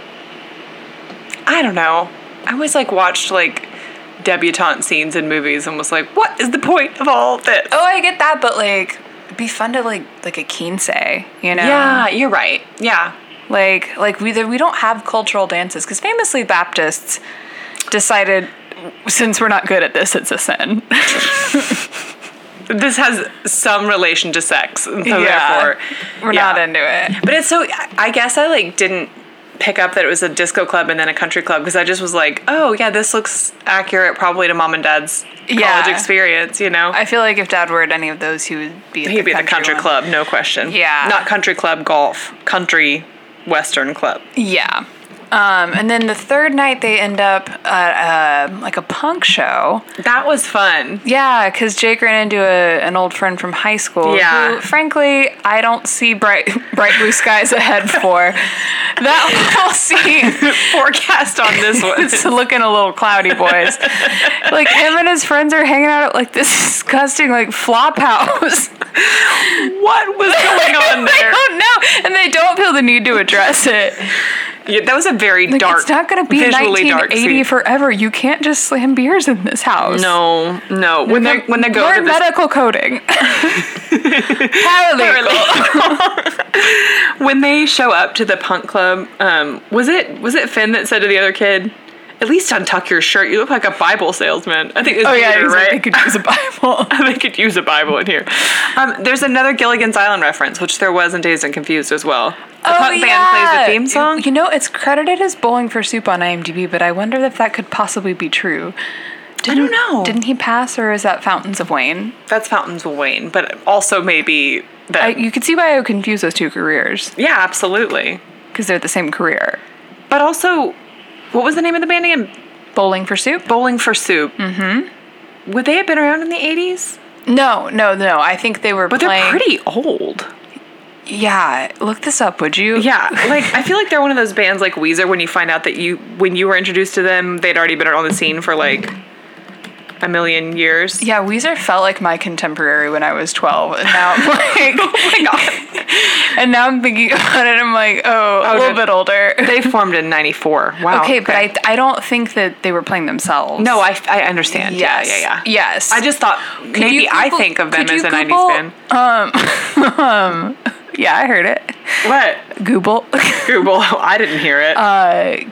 Speaker 1: I don't know. I always like watched like debutante scenes in movies and was like, what is the point of all this?
Speaker 2: Oh, I get that, but like, it'd be fun to like like a quince, you know?
Speaker 1: yeah, you're right. Yeah.
Speaker 2: Like like we we don't have cultural dances because famously Baptists decided since we're not good at this, it's a sin.
Speaker 1: This has some relation to sex. And so
Speaker 2: Yeah.
Speaker 1: therefore
Speaker 2: we're
Speaker 1: yeah.
Speaker 2: not into it.
Speaker 1: But it's so I guess I like didn't pick up that it was a disco club and then a country club because I just was like, oh yeah, this looks accurate probably to mom and dad's
Speaker 2: Yeah.
Speaker 1: college experience, you know?
Speaker 2: I feel like if Dad were at any of those, he would be at
Speaker 1: He'd
Speaker 2: the
Speaker 1: be at the country
Speaker 2: one.
Speaker 1: club, no question.
Speaker 2: Yeah.
Speaker 1: Not country club golf, country western club.
Speaker 2: Yeah. Um, and then the third night they end up at uh, like a punk show.
Speaker 1: That was fun.
Speaker 2: Yeah, because Jake ran into a, an old friend from high school.
Speaker 1: Yeah.
Speaker 2: Who, frankly, I don't see bright bright blue skies ahead for. That whole scene
Speaker 1: Forecast on this one.
Speaker 2: it's looking a little cloudy, boys. like him and his friends are hanging out at like this disgusting like flop house.
Speaker 1: what was going on
Speaker 2: I
Speaker 1: there?
Speaker 2: don't know, and they don't feel the need to address it.
Speaker 1: Yeah, that was a very
Speaker 2: Like,
Speaker 1: dark.
Speaker 2: it's not going to be
Speaker 1: visually dark
Speaker 2: 1980
Speaker 1: scene.
Speaker 2: forever. You can't just slam beers in this house.
Speaker 1: No, no. When they when they go to
Speaker 2: learn
Speaker 1: this
Speaker 2: medical coding. Paralegal.
Speaker 1: when they show up to the punk club, um, was it was it Finn that said to the other kid, "At least untuck your shirt. You look like a Bible salesman." I think. It was
Speaker 2: Oh yeah,
Speaker 1: Peter,
Speaker 2: he's like,
Speaker 1: right.
Speaker 2: they could use a Bible.
Speaker 1: they could use a Bible in here. Um, there's another Gilligan's Island reference, which there was in Dazed and Confused as well. The punk band plays the theme song.
Speaker 2: Oh, You know, it's credited as Bowling for Soup on IMDb, but I wonder if that could possibly be true. Didn't,
Speaker 1: know.
Speaker 2: Didn't he pass, or is that Fountains of Wayne?
Speaker 1: That's Fountains of Wayne, but also maybe that.
Speaker 2: I, you could see why I would confuse those two careers
Speaker 1: yeah, absolutely.
Speaker 2: because they're the same career.
Speaker 1: But also, what was the name of the band again?
Speaker 2: Bowling for Soup?
Speaker 1: Bowling for Soup. Mm-hmm. Would they have been around in the 80s?
Speaker 2: No, no, no. I think they were
Speaker 1: But
Speaker 2: playing.
Speaker 1: they're pretty old.
Speaker 2: Yeah, look this up, would you?
Speaker 1: Yeah, like I feel like they're one of those bands like Weezer when you find out that you when you were introduced to them, they'd already been on the scene for like a million years.
Speaker 2: Yeah, Weezer felt like my contemporary when I was 12. And now I'm like, and now I'm thinking about it, I'm like, oh, a
Speaker 1: did-
Speaker 2: little bit older. Oh,
Speaker 1: They formed in 94. Wow.
Speaker 2: okay, but I, I don't think that they were playing themselves.
Speaker 1: No, I, I understand.
Speaker 2: Yes.
Speaker 1: Yeah, yeah, yeah.
Speaker 2: Yes.
Speaker 1: I just thought maybe
Speaker 2: you
Speaker 1: I
Speaker 2: Google-
Speaker 1: think of them
Speaker 2: could
Speaker 1: as
Speaker 2: you
Speaker 1: a
Speaker 2: Google-
Speaker 1: 90s band.
Speaker 2: Yeah, I heard it.
Speaker 1: What?
Speaker 2: Google.
Speaker 1: Google. I didn't hear it.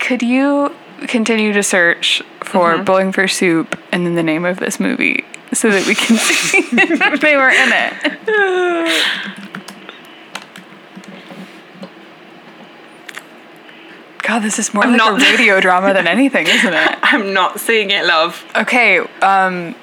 Speaker 2: Could you continue to search for Bowling for Soup and then the name of this movie so that we can see if they were in it? God, this is more like
Speaker 1: not-
Speaker 2: a radio drama than anything, isn't it?
Speaker 1: I'm not seeing it, love.
Speaker 2: Okay. Um,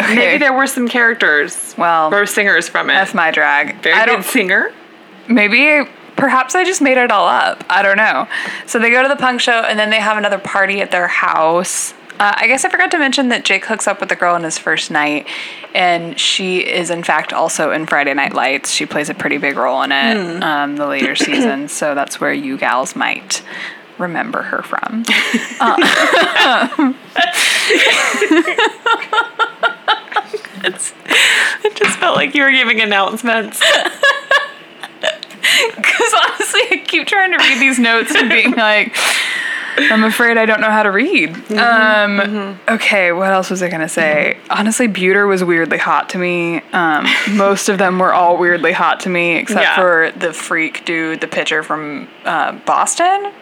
Speaker 2: okay.
Speaker 1: Maybe there were some characters
Speaker 2: Well,
Speaker 1: or singers from it.
Speaker 2: that's my drag.
Speaker 1: Very
Speaker 2: I
Speaker 1: good
Speaker 2: don't
Speaker 1: singer.
Speaker 2: maybe perhaps I just made it all up. I don't know. So they go to the punk show and then they have another party at their house. Uh, I guess I forgot to mention that Jake hooks up with a girl on his first night, and she is in fact also in Friday Night Lights. She plays a pretty big role in it, um, the later season. So that's where you gals might remember her from.
Speaker 1: It just felt like you were giving announcements.
Speaker 2: Because honestly, I keep trying to read these notes and being like, I'm afraid I don't know how to read.
Speaker 1: Mm-hmm.
Speaker 2: um, Okay, what else was I going to say? Honestly, Buter was weirdly hot to me. Um, most of them were all weirdly hot to me, except
Speaker 1: Yeah.
Speaker 2: for the freak dude, the pitcher from uh, Boston.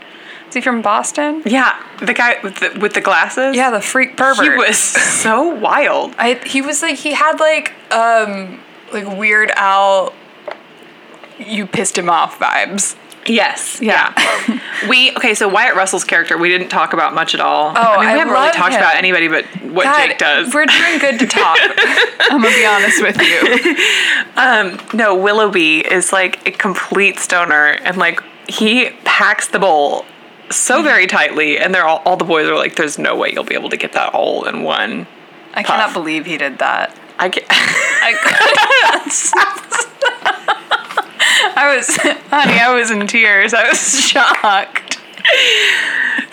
Speaker 2: Is he from Boston?
Speaker 1: Yeah, the guy with the, with the glasses.
Speaker 2: Yeah, the freak pervert.
Speaker 1: he was so wild.
Speaker 2: I, he was like he had like um like weird owl you pissed him off vibes.
Speaker 1: Yes.
Speaker 2: Yeah.
Speaker 1: we okay. So Wyatt Russell's character we didn't talk about much at all. I mean, we
Speaker 2: Oh, I
Speaker 1: haven't really
Speaker 2: love
Speaker 1: talked
Speaker 2: him.
Speaker 1: about anybody but what
Speaker 2: God,
Speaker 1: Jake does.
Speaker 2: We're doing good to talk. I'm gonna be honest with you.
Speaker 1: No, Willoughby is like a complete stoner, and like he packs the bowl
Speaker 2: Mm-hmm.
Speaker 1: so very tightly, and they're all all the boys are like, "There's no way you'll be able to get that all in one."
Speaker 2: I cannot believe he did that.
Speaker 1: I get,
Speaker 2: I, I was, honey, I was in tears. I was shocked.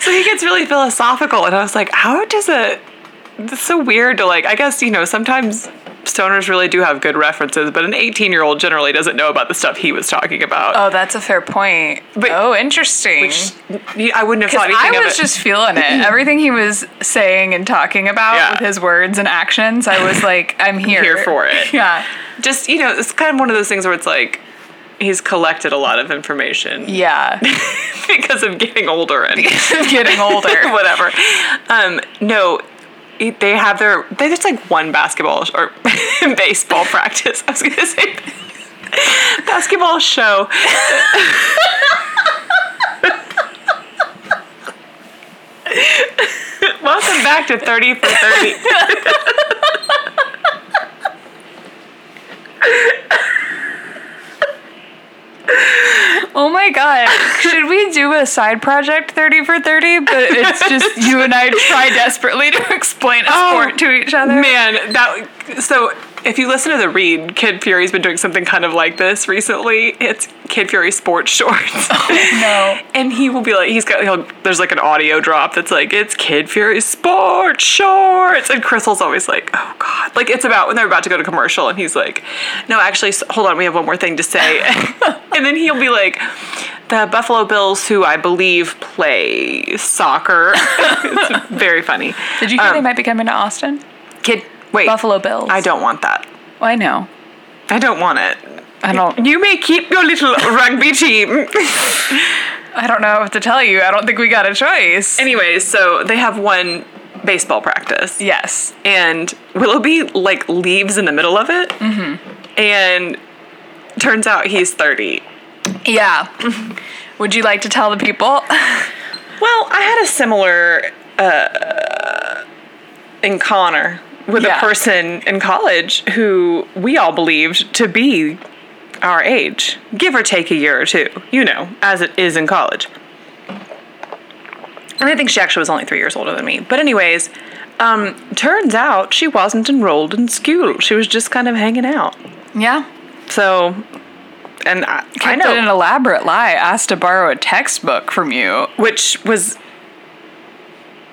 Speaker 1: so he gets really philosophical, and I was like, "How does it?" It's so weird to like. I guess you know sometimes stoners really do have good references, but an 18 year old generally doesn't know about the stuff he was talking about.
Speaker 2: Oh, that's a fair point.
Speaker 1: But-
Speaker 2: oh, interesting.
Speaker 1: I wouldn't have thought anything
Speaker 2: I was
Speaker 1: of it.
Speaker 2: just feeling it. Everything he was saying and talking about
Speaker 1: Yeah.
Speaker 2: with his words and actions, I was like, I'm here.
Speaker 1: here for it.
Speaker 2: Yeah.
Speaker 1: Just you know, it's kind of one of those things where it's like he's collected a lot of information
Speaker 2: Yeah.
Speaker 1: because of getting older and
Speaker 2: Getting older.
Speaker 1: whatever. Um, no, it- they have their they just like one basketball sh- or baseball practice. I was gonna say basketball show. Welcome back to 30 for 30.
Speaker 2: Oh my god. Should we do a side project 30 for 30? But it's just you and I try desperately to explain a
Speaker 1: Oh,
Speaker 2: sport to each other.
Speaker 1: Man, that so if you listen to the read, Kid Fury's been doing something kind of like this recently. It's Kid Fury sports shorts.
Speaker 2: No.
Speaker 1: And he will be like, he's got, he'll, there's like an audio drop that's like, it's Kid Fury Sports Shorts. And Crystal's always like, oh God. Like, it's about when they're about to go to commercial, and he's like, no, actually, s- hold on, we have one more thing to say. and then he'll be like, the Buffalo Bills, who I believe play soccer. it's very funny.
Speaker 2: Did you hear
Speaker 1: Um,
Speaker 2: they might be coming to Austin?
Speaker 1: Kid, wait.
Speaker 2: Buffalo Bills.
Speaker 1: I don't want that.
Speaker 2: I know.
Speaker 1: I don't want it.
Speaker 2: I don't
Speaker 1: You may keep your little rugby team.
Speaker 2: I don't know what to tell you. I don't think we got a choice.
Speaker 1: Anyways, so they have one baseball practice.
Speaker 2: yes.
Speaker 1: and Willoughby like leaves in the middle of it, and turns out he's thirty.
Speaker 2: Yeah. Would you like to tell the people?
Speaker 1: Well, I had a similar uh, encounter with
Speaker 2: Yeah.
Speaker 1: a person in college who we all believed to be our age, give or take a year or two, you know, as it is in college. And I think she actually was only three years older than me. But, anyways, um, turns out she wasn't enrolled in school. She was just kind of hanging out.
Speaker 2: Yeah.
Speaker 1: So, and I, I
Speaker 2: Kept it an
Speaker 1: know,
Speaker 2: elaborate lie. Asked to borrow a textbook from you.
Speaker 1: which was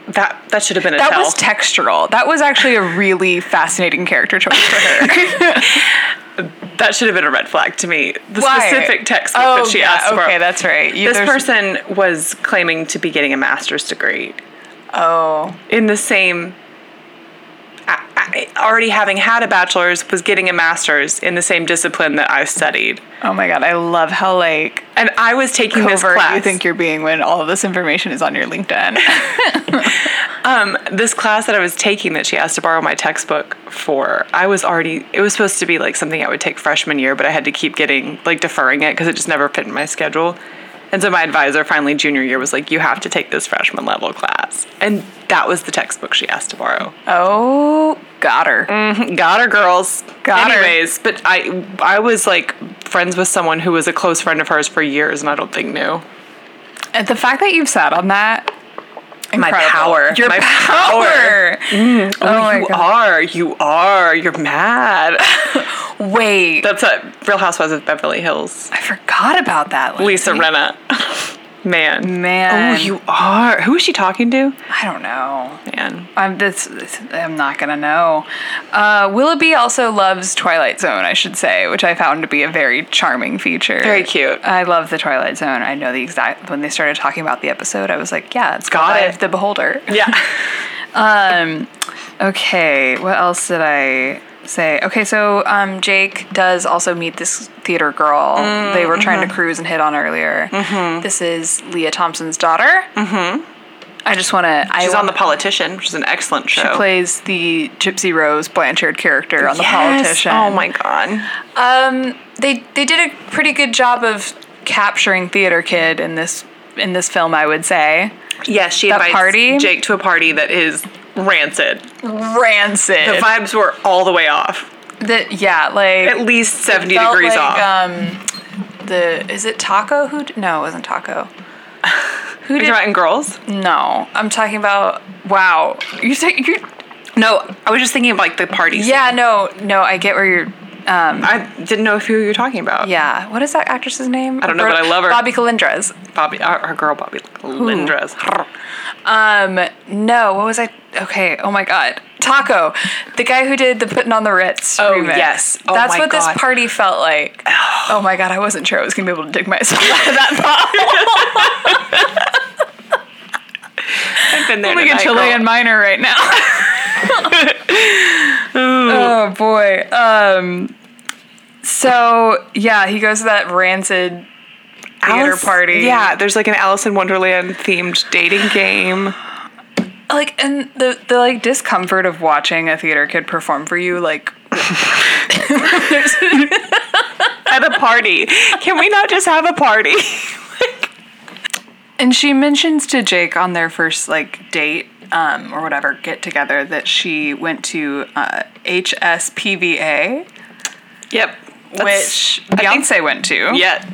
Speaker 1: that that should have been a
Speaker 2: That
Speaker 1: tell.
Speaker 2: was textural. That was actually a really fascinating character choice for her.
Speaker 1: that should have been a red flag to me. The
Speaker 2: Why? Oh,
Speaker 1: specific textbook that she
Speaker 2: yeah,
Speaker 1: asked for.
Speaker 2: Okay, that's right. You,
Speaker 1: this
Speaker 2: there's-
Speaker 1: person was claiming to be getting a master's degree
Speaker 2: Oh,
Speaker 1: in the same. I, I, already having had a bachelor's, was getting a master's in the same discipline that I studied,
Speaker 2: oh my God! I love how like
Speaker 1: and I was taking this
Speaker 2: covert
Speaker 1: class.
Speaker 2: you think you're being when all of this information is on your LinkedIn.
Speaker 1: this class that I was taking that she asked to borrow my textbook for, I was already, it was supposed to be like something I would take freshman year, but I had to keep getting, like deferring it because it just never fit in my schedule. And so my advisor finally, junior year, was like, you have to take this freshman level class. And that was the textbook she asked to borrow.
Speaker 2: oh, got her.
Speaker 1: Mm. Got her, girls.
Speaker 2: Got her.
Speaker 1: Anyways, but I, I was like friends with someone who was a close friend of hers for years and I don't think knew.
Speaker 2: And the fact that you've sat on that,
Speaker 1: My
Speaker 2: incredible.
Speaker 1: power.
Speaker 2: your
Speaker 1: My
Speaker 2: power. oh my
Speaker 1: you
Speaker 2: God.
Speaker 1: are, you are, you're mad.
Speaker 2: Wait,
Speaker 1: That's a Real Housewives of Beverly Hills.
Speaker 2: I forgot about that. Like,
Speaker 1: Lisa Renna. Man.
Speaker 2: Man.
Speaker 1: Oh, you are. Who is she talking to?
Speaker 2: I don't know.
Speaker 1: Man.
Speaker 2: I'm this, this- I'm not gonna know. Uh, Willoughby also loves Twilight Zone, I should say, which I found to be a very charming feature.
Speaker 1: Very cute.
Speaker 2: I love the Twilight Zone. I know the exact when they started talking about the episode, I was like, yeah, it's
Speaker 1: Got
Speaker 2: called Eye
Speaker 1: it.
Speaker 2: of The Beholder.
Speaker 1: Yeah.
Speaker 2: Um, okay, what else did I say? Okay, so um, Jake does also meet this theater girl
Speaker 1: Mm,
Speaker 2: they were trying to
Speaker 1: mm-hmm.
Speaker 2: cruise and hit on earlier. This is Leah Thompson's daughter. Mm-hmm. I just want to.
Speaker 1: She's on The Politician, which is an excellent show.
Speaker 2: She plays the Gypsy Rose Blanchard character on
Speaker 1: Yes.
Speaker 2: The Politician.
Speaker 1: Oh my god.
Speaker 2: Um, they they did a pretty good job of capturing theater kid in this in this film, I would say.
Speaker 1: Yes, she
Speaker 2: That
Speaker 1: invites
Speaker 2: party?
Speaker 1: Jake to a party that is rancid.
Speaker 2: Rancid.
Speaker 1: The vibes were all the way off.
Speaker 2: The- yeah, like
Speaker 1: At least 70
Speaker 2: felt
Speaker 1: degrees
Speaker 2: like,
Speaker 1: off.
Speaker 2: Um, the is it Taco? Who? d- No, it wasn't Taco. Who
Speaker 1: Are you
Speaker 2: did?
Speaker 1: talking about in girls?
Speaker 2: Mm. No, I'm talking about. Wow, you say you.
Speaker 1: No, I was just thinking of like the parties.
Speaker 2: Yeah, no, no. I get where you're.
Speaker 1: I didn't know who you were talking about.
Speaker 2: Yeah, what is that actress's name? I
Speaker 1: don't know, but I love her.
Speaker 2: Bobby Calindres.
Speaker 1: Bobby, our, our girl Bobby Lindres.
Speaker 2: Um, no, what was I? Okay, oh my god, Taco, the guy who did the putting on the Ritz.
Speaker 1: Oh,
Speaker 2: remix.
Speaker 1: yes. Oh
Speaker 2: that's
Speaker 1: my
Speaker 2: what
Speaker 1: God.
Speaker 2: this party felt like. Oh my god, I wasn't sure I was gonna be able to dig myself out of that bottle.
Speaker 1: I've been there.
Speaker 2: I'm like a
Speaker 1: tonight, girl.
Speaker 2: Chilean miner right now. oh boy. Um, so yeah, he goes to that rancid theater
Speaker 1: Alice-
Speaker 2: party.
Speaker 1: Yeah, there's like an Alice in Wonderland themed dating game.
Speaker 2: like and the the like discomfort of watching a theater kid perform for you, like
Speaker 1: at a party. Can we not just have a party?
Speaker 2: And she mentions to Jake on their first like date um, or whatever get together that she went to uh, HSPVA,
Speaker 1: Yep.
Speaker 2: which
Speaker 1: I think-
Speaker 2: Beyonce went to.
Speaker 1: Yet.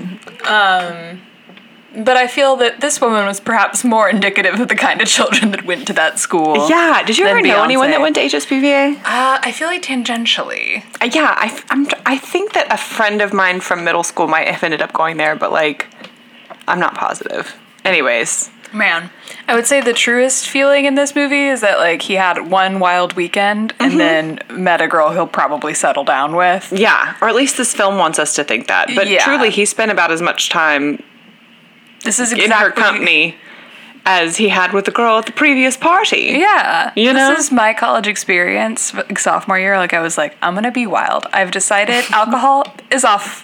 Speaker 2: But I feel that this woman was perhaps more indicative of the kind of children that went to that school.
Speaker 1: Yeah. Did you
Speaker 2: Then
Speaker 1: ever know anyone
Speaker 2: Beyonce.
Speaker 1: that went to HSPVA?
Speaker 2: Uh, I feel like tangentially.
Speaker 1: Uh, yeah, I, f- I'm, tr- I think that a friend of mine from middle school might have ended up going there, but like, I'm not positive. Anyways,
Speaker 2: Man, I would say the truest feeling in this movie is that like he had one wild weekend and then met a girl he'll probably settle down with.
Speaker 1: Mm-hmm. yeah, or at least this film wants us to think that. But
Speaker 2: Yeah.
Speaker 1: truly, he spent about as much time
Speaker 2: This is
Speaker 1: in
Speaker 2: exactly
Speaker 1: her company as he had with the girl at the previous party.
Speaker 2: Yeah,
Speaker 1: You know?
Speaker 2: this is my college experience like, sophomore year. Like I was like, I'm gonna be wild. I've decided alcohol is off,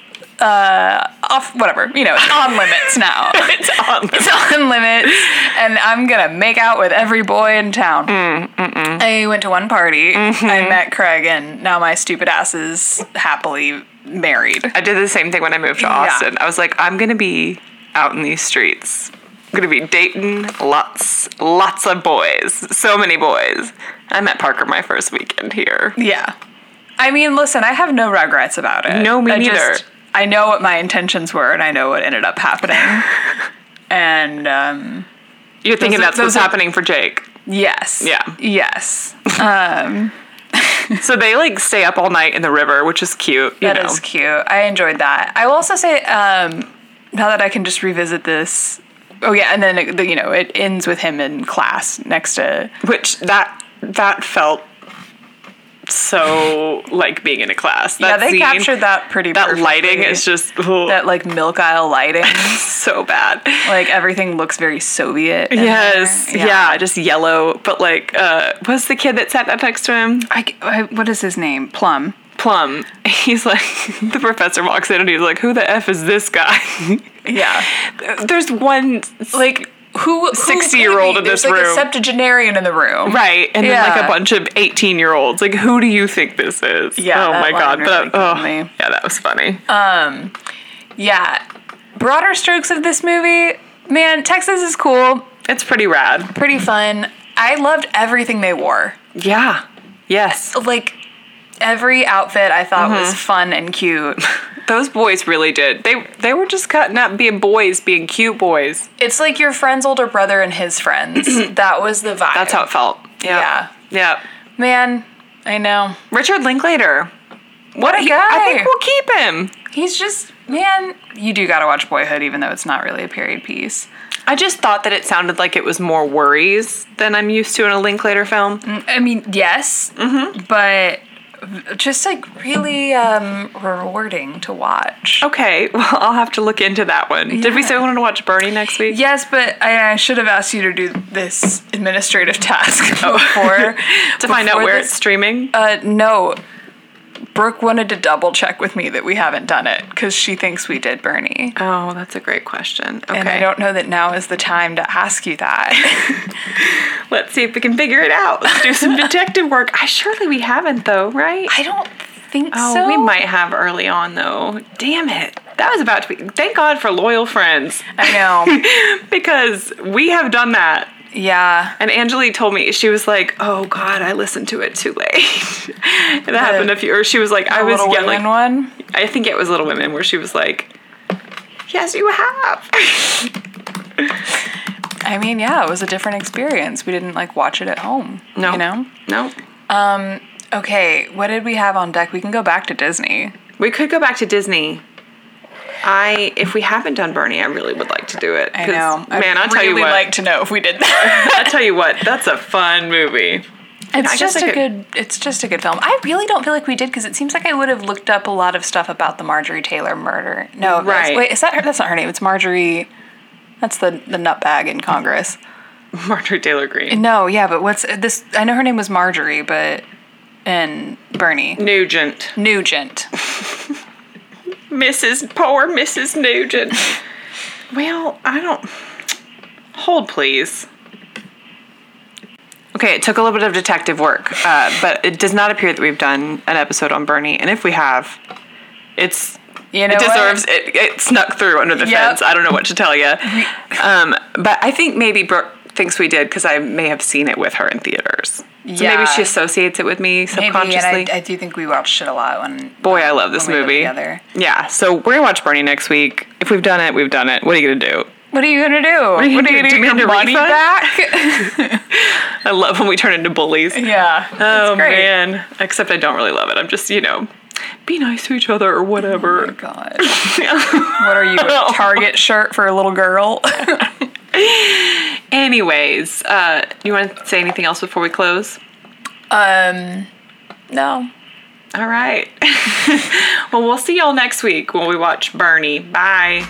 Speaker 2: uh, off whatever you know, it's on limits now.
Speaker 1: It's on.
Speaker 2: it's on limits, and I'm gonna make out with every boy in town.
Speaker 1: Mm,
Speaker 2: I went to one party.
Speaker 1: Mm-hmm.
Speaker 2: I met Craig, and now my stupid ass is happily married.
Speaker 1: I did the same thing when I moved to
Speaker 2: Yeah.
Speaker 1: Austin. I was like, I'm gonna be out in these streets. I'm gonna be dating lots, lots of boys. So many boys. I met Parker my first weekend here.
Speaker 2: Yeah. I mean, listen, I have no regrets about it.
Speaker 1: No, me
Speaker 2: I
Speaker 1: neither.
Speaker 2: I know what my intentions were, and I know what ended up happening. and um,
Speaker 1: You're thinking
Speaker 2: Those are-
Speaker 1: that's what's
Speaker 2: those are-
Speaker 1: happening for Jake.
Speaker 2: yes,
Speaker 1: Yeah.
Speaker 2: yes,
Speaker 1: So they like stay up all night in the river, which is cute. You
Speaker 2: that is
Speaker 1: know.
Speaker 2: cute. I enjoyed that. I will also say, um, now that I can just revisit this. Oh yeah, and then it, you know it ends with him in class next to
Speaker 1: Which that that felt so like being in a class. That
Speaker 2: yeah they
Speaker 1: scene,
Speaker 2: captured that pretty
Speaker 1: that
Speaker 2: perfectly.
Speaker 1: lighting is just ugh,
Speaker 2: that like milk aisle lighting
Speaker 1: so bad.
Speaker 2: like everything looks very Soviet in
Speaker 1: Yes,
Speaker 2: there.
Speaker 1: yeah. just yellow. But like, uh, was the kid that sat next to him?
Speaker 2: I, I, what is his name Plum
Speaker 1: Plum. He's like, the professor walks in and he's like, "Who the f is this guy?"
Speaker 2: Yeah.
Speaker 1: There's one
Speaker 2: Like who
Speaker 1: 60-year-old in this
Speaker 2: there's like
Speaker 1: room.
Speaker 2: a septuagenarian in the room.
Speaker 1: Right, and then like
Speaker 2: Yeah.
Speaker 1: a bunch of eighteen-year-olds. Like, who do you think this is?
Speaker 2: Yeah,
Speaker 1: Oh
Speaker 2: that
Speaker 1: my god.
Speaker 2: line really
Speaker 1: But
Speaker 2: killed
Speaker 1: oh,
Speaker 2: me. Um,
Speaker 1: yeah, that was funny.
Speaker 2: Yeah. Broader strokes of this movie, man, Texas is cool,
Speaker 1: it's pretty rad.
Speaker 2: pretty fun. I loved everything they wore.
Speaker 1: Yeah. Yes.
Speaker 2: Like every outfit I thought
Speaker 1: Mm-hmm.
Speaker 2: was fun and cute.
Speaker 1: Those boys really did. They they were just cutting up being boys, being cute boys.
Speaker 2: It's like your friend's older brother and his friends. that was the vibe.
Speaker 1: That's how it felt.
Speaker 2: Yeah.
Speaker 1: Yeah.
Speaker 2: Man, I know.
Speaker 1: Richard Linklater.
Speaker 2: What a
Speaker 1: He-
Speaker 2: guy.
Speaker 1: I think we'll keep him.
Speaker 2: He's just man, you do gotta watch Boyhood even though it's not really a period piece.
Speaker 1: I just thought that it sounded like it was more worries than I'm used to in a Linklater film.
Speaker 2: I mean, yes, but just like really um, rewarding to watch.
Speaker 1: Okay, well, I'll have to look into that one. Did we
Speaker 2: Yeah.
Speaker 1: say we wanted to watch Bernie next week?
Speaker 2: Yes, but I, I should have asked you to do this administrative task before
Speaker 1: Oh. To find out
Speaker 2: before
Speaker 1: where
Speaker 2: this-
Speaker 1: it's streaming?
Speaker 2: Uh, no, Brooke wanted to double check with me that we haven't done it because she thinks we did Bernie,
Speaker 1: Oh, that's a great question. Okay.
Speaker 2: and I don't know that now is the time to ask you that.
Speaker 1: Let's see if we can figure it out. Let's do some detective work. I surely we haven't though, right?
Speaker 2: I don't think
Speaker 1: Oh,
Speaker 2: so.
Speaker 1: we might have early on though. Damn it. That was about to be. Thank God for loyal friends
Speaker 2: I know.
Speaker 1: because we have done that.
Speaker 2: Yeah.
Speaker 1: And Angelique told me she was like, "Oh God, I listened to it too late." and that happened a few. Or she was like, "I
Speaker 2: The
Speaker 1: was
Speaker 2: Little
Speaker 1: yelling."
Speaker 2: Women one.
Speaker 1: I think it was Little Women where she was like, "Yes, you have."
Speaker 2: I mean, yeah, it was a different experience. We didn't like watch it at home.
Speaker 1: no,
Speaker 2: You know?
Speaker 1: no.
Speaker 2: Um, okay, what did we have on deck? We can go back to Disney.
Speaker 1: We could go back to Disney. I, if we haven't done Bernie, I really would like to do it.
Speaker 2: I
Speaker 1: 'cause,
Speaker 2: know.
Speaker 1: man. I'll
Speaker 2: I'd
Speaker 1: tell you
Speaker 2: really
Speaker 1: what.
Speaker 2: like to know if we did that.
Speaker 1: I'll tell you what. That's a fun movie.
Speaker 2: it's
Speaker 1: I guess
Speaker 2: just
Speaker 1: I
Speaker 2: a
Speaker 1: could-
Speaker 2: good it's just a good film. I really don't feel like we did because it seems like I would have looked up a lot of stuff about the Marjorie Taylor murder. No, that's-
Speaker 1: Right.
Speaker 2: wait, is that her that's not her name, it's Marjorie that's the the nutbag in Congress.
Speaker 1: Marjorie Taylor Greene.
Speaker 2: No, yeah, but what's this I know her name was Marjorie, but and
Speaker 1: Mm.
Speaker 2: Bernie.
Speaker 1: Nugent.
Speaker 2: Nugent.
Speaker 1: Mrs. Poor Mrs. Nugent. well, I don't. Hold, please. Okay, it took a little bit of detective work, uh, but it does not appear that we've done an episode on Bernie. And if we have, it's
Speaker 2: You know
Speaker 1: it
Speaker 2: what?
Speaker 1: deserves it, it snuck through under the
Speaker 2: Yep.
Speaker 1: fence i don't know what to tell you um, but i think maybe brooke thinks we did because i may have seen it with her in theaters so
Speaker 2: Yeah.
Speaker 1: maybe she associates it with me
Speaker 2: Maybe,
Speaker 1: subconsciously
Speaker 2: and I, I do think we watched it a lot when.
Speaker 1: boy i love this
Speaker 2: When we live
Speaker 1: movie
Speaker 2: together.
Speaker 1: yeah so we're gonna watch bernie next week if we've done it we've done it what are you gonna do
Speaker 2: What are you gonna do? What
Speaker 1: you gonna do?
Speaker 2: do?
Speaker 1: Demand a
Speaker 2: Your money
Speaker 1: refund?
Speaker 2: back?
Speaker 1: i love when we turn into bullies
Speaker 2: yeah.
Speaker 1: oh
Speaker 2: it's great.
Speaker 1: man except i don't really love it i'm just you know be nice to each other or whatever
Speaker 2: God. what are you, a Target shirt for a little girl?
Speaker 1: anyways uh, you want to say anything else before we close
Speaker 2: um, no.
Speaker 1: All right. well, we'll see y'all next week when we watch Bernie. Bye.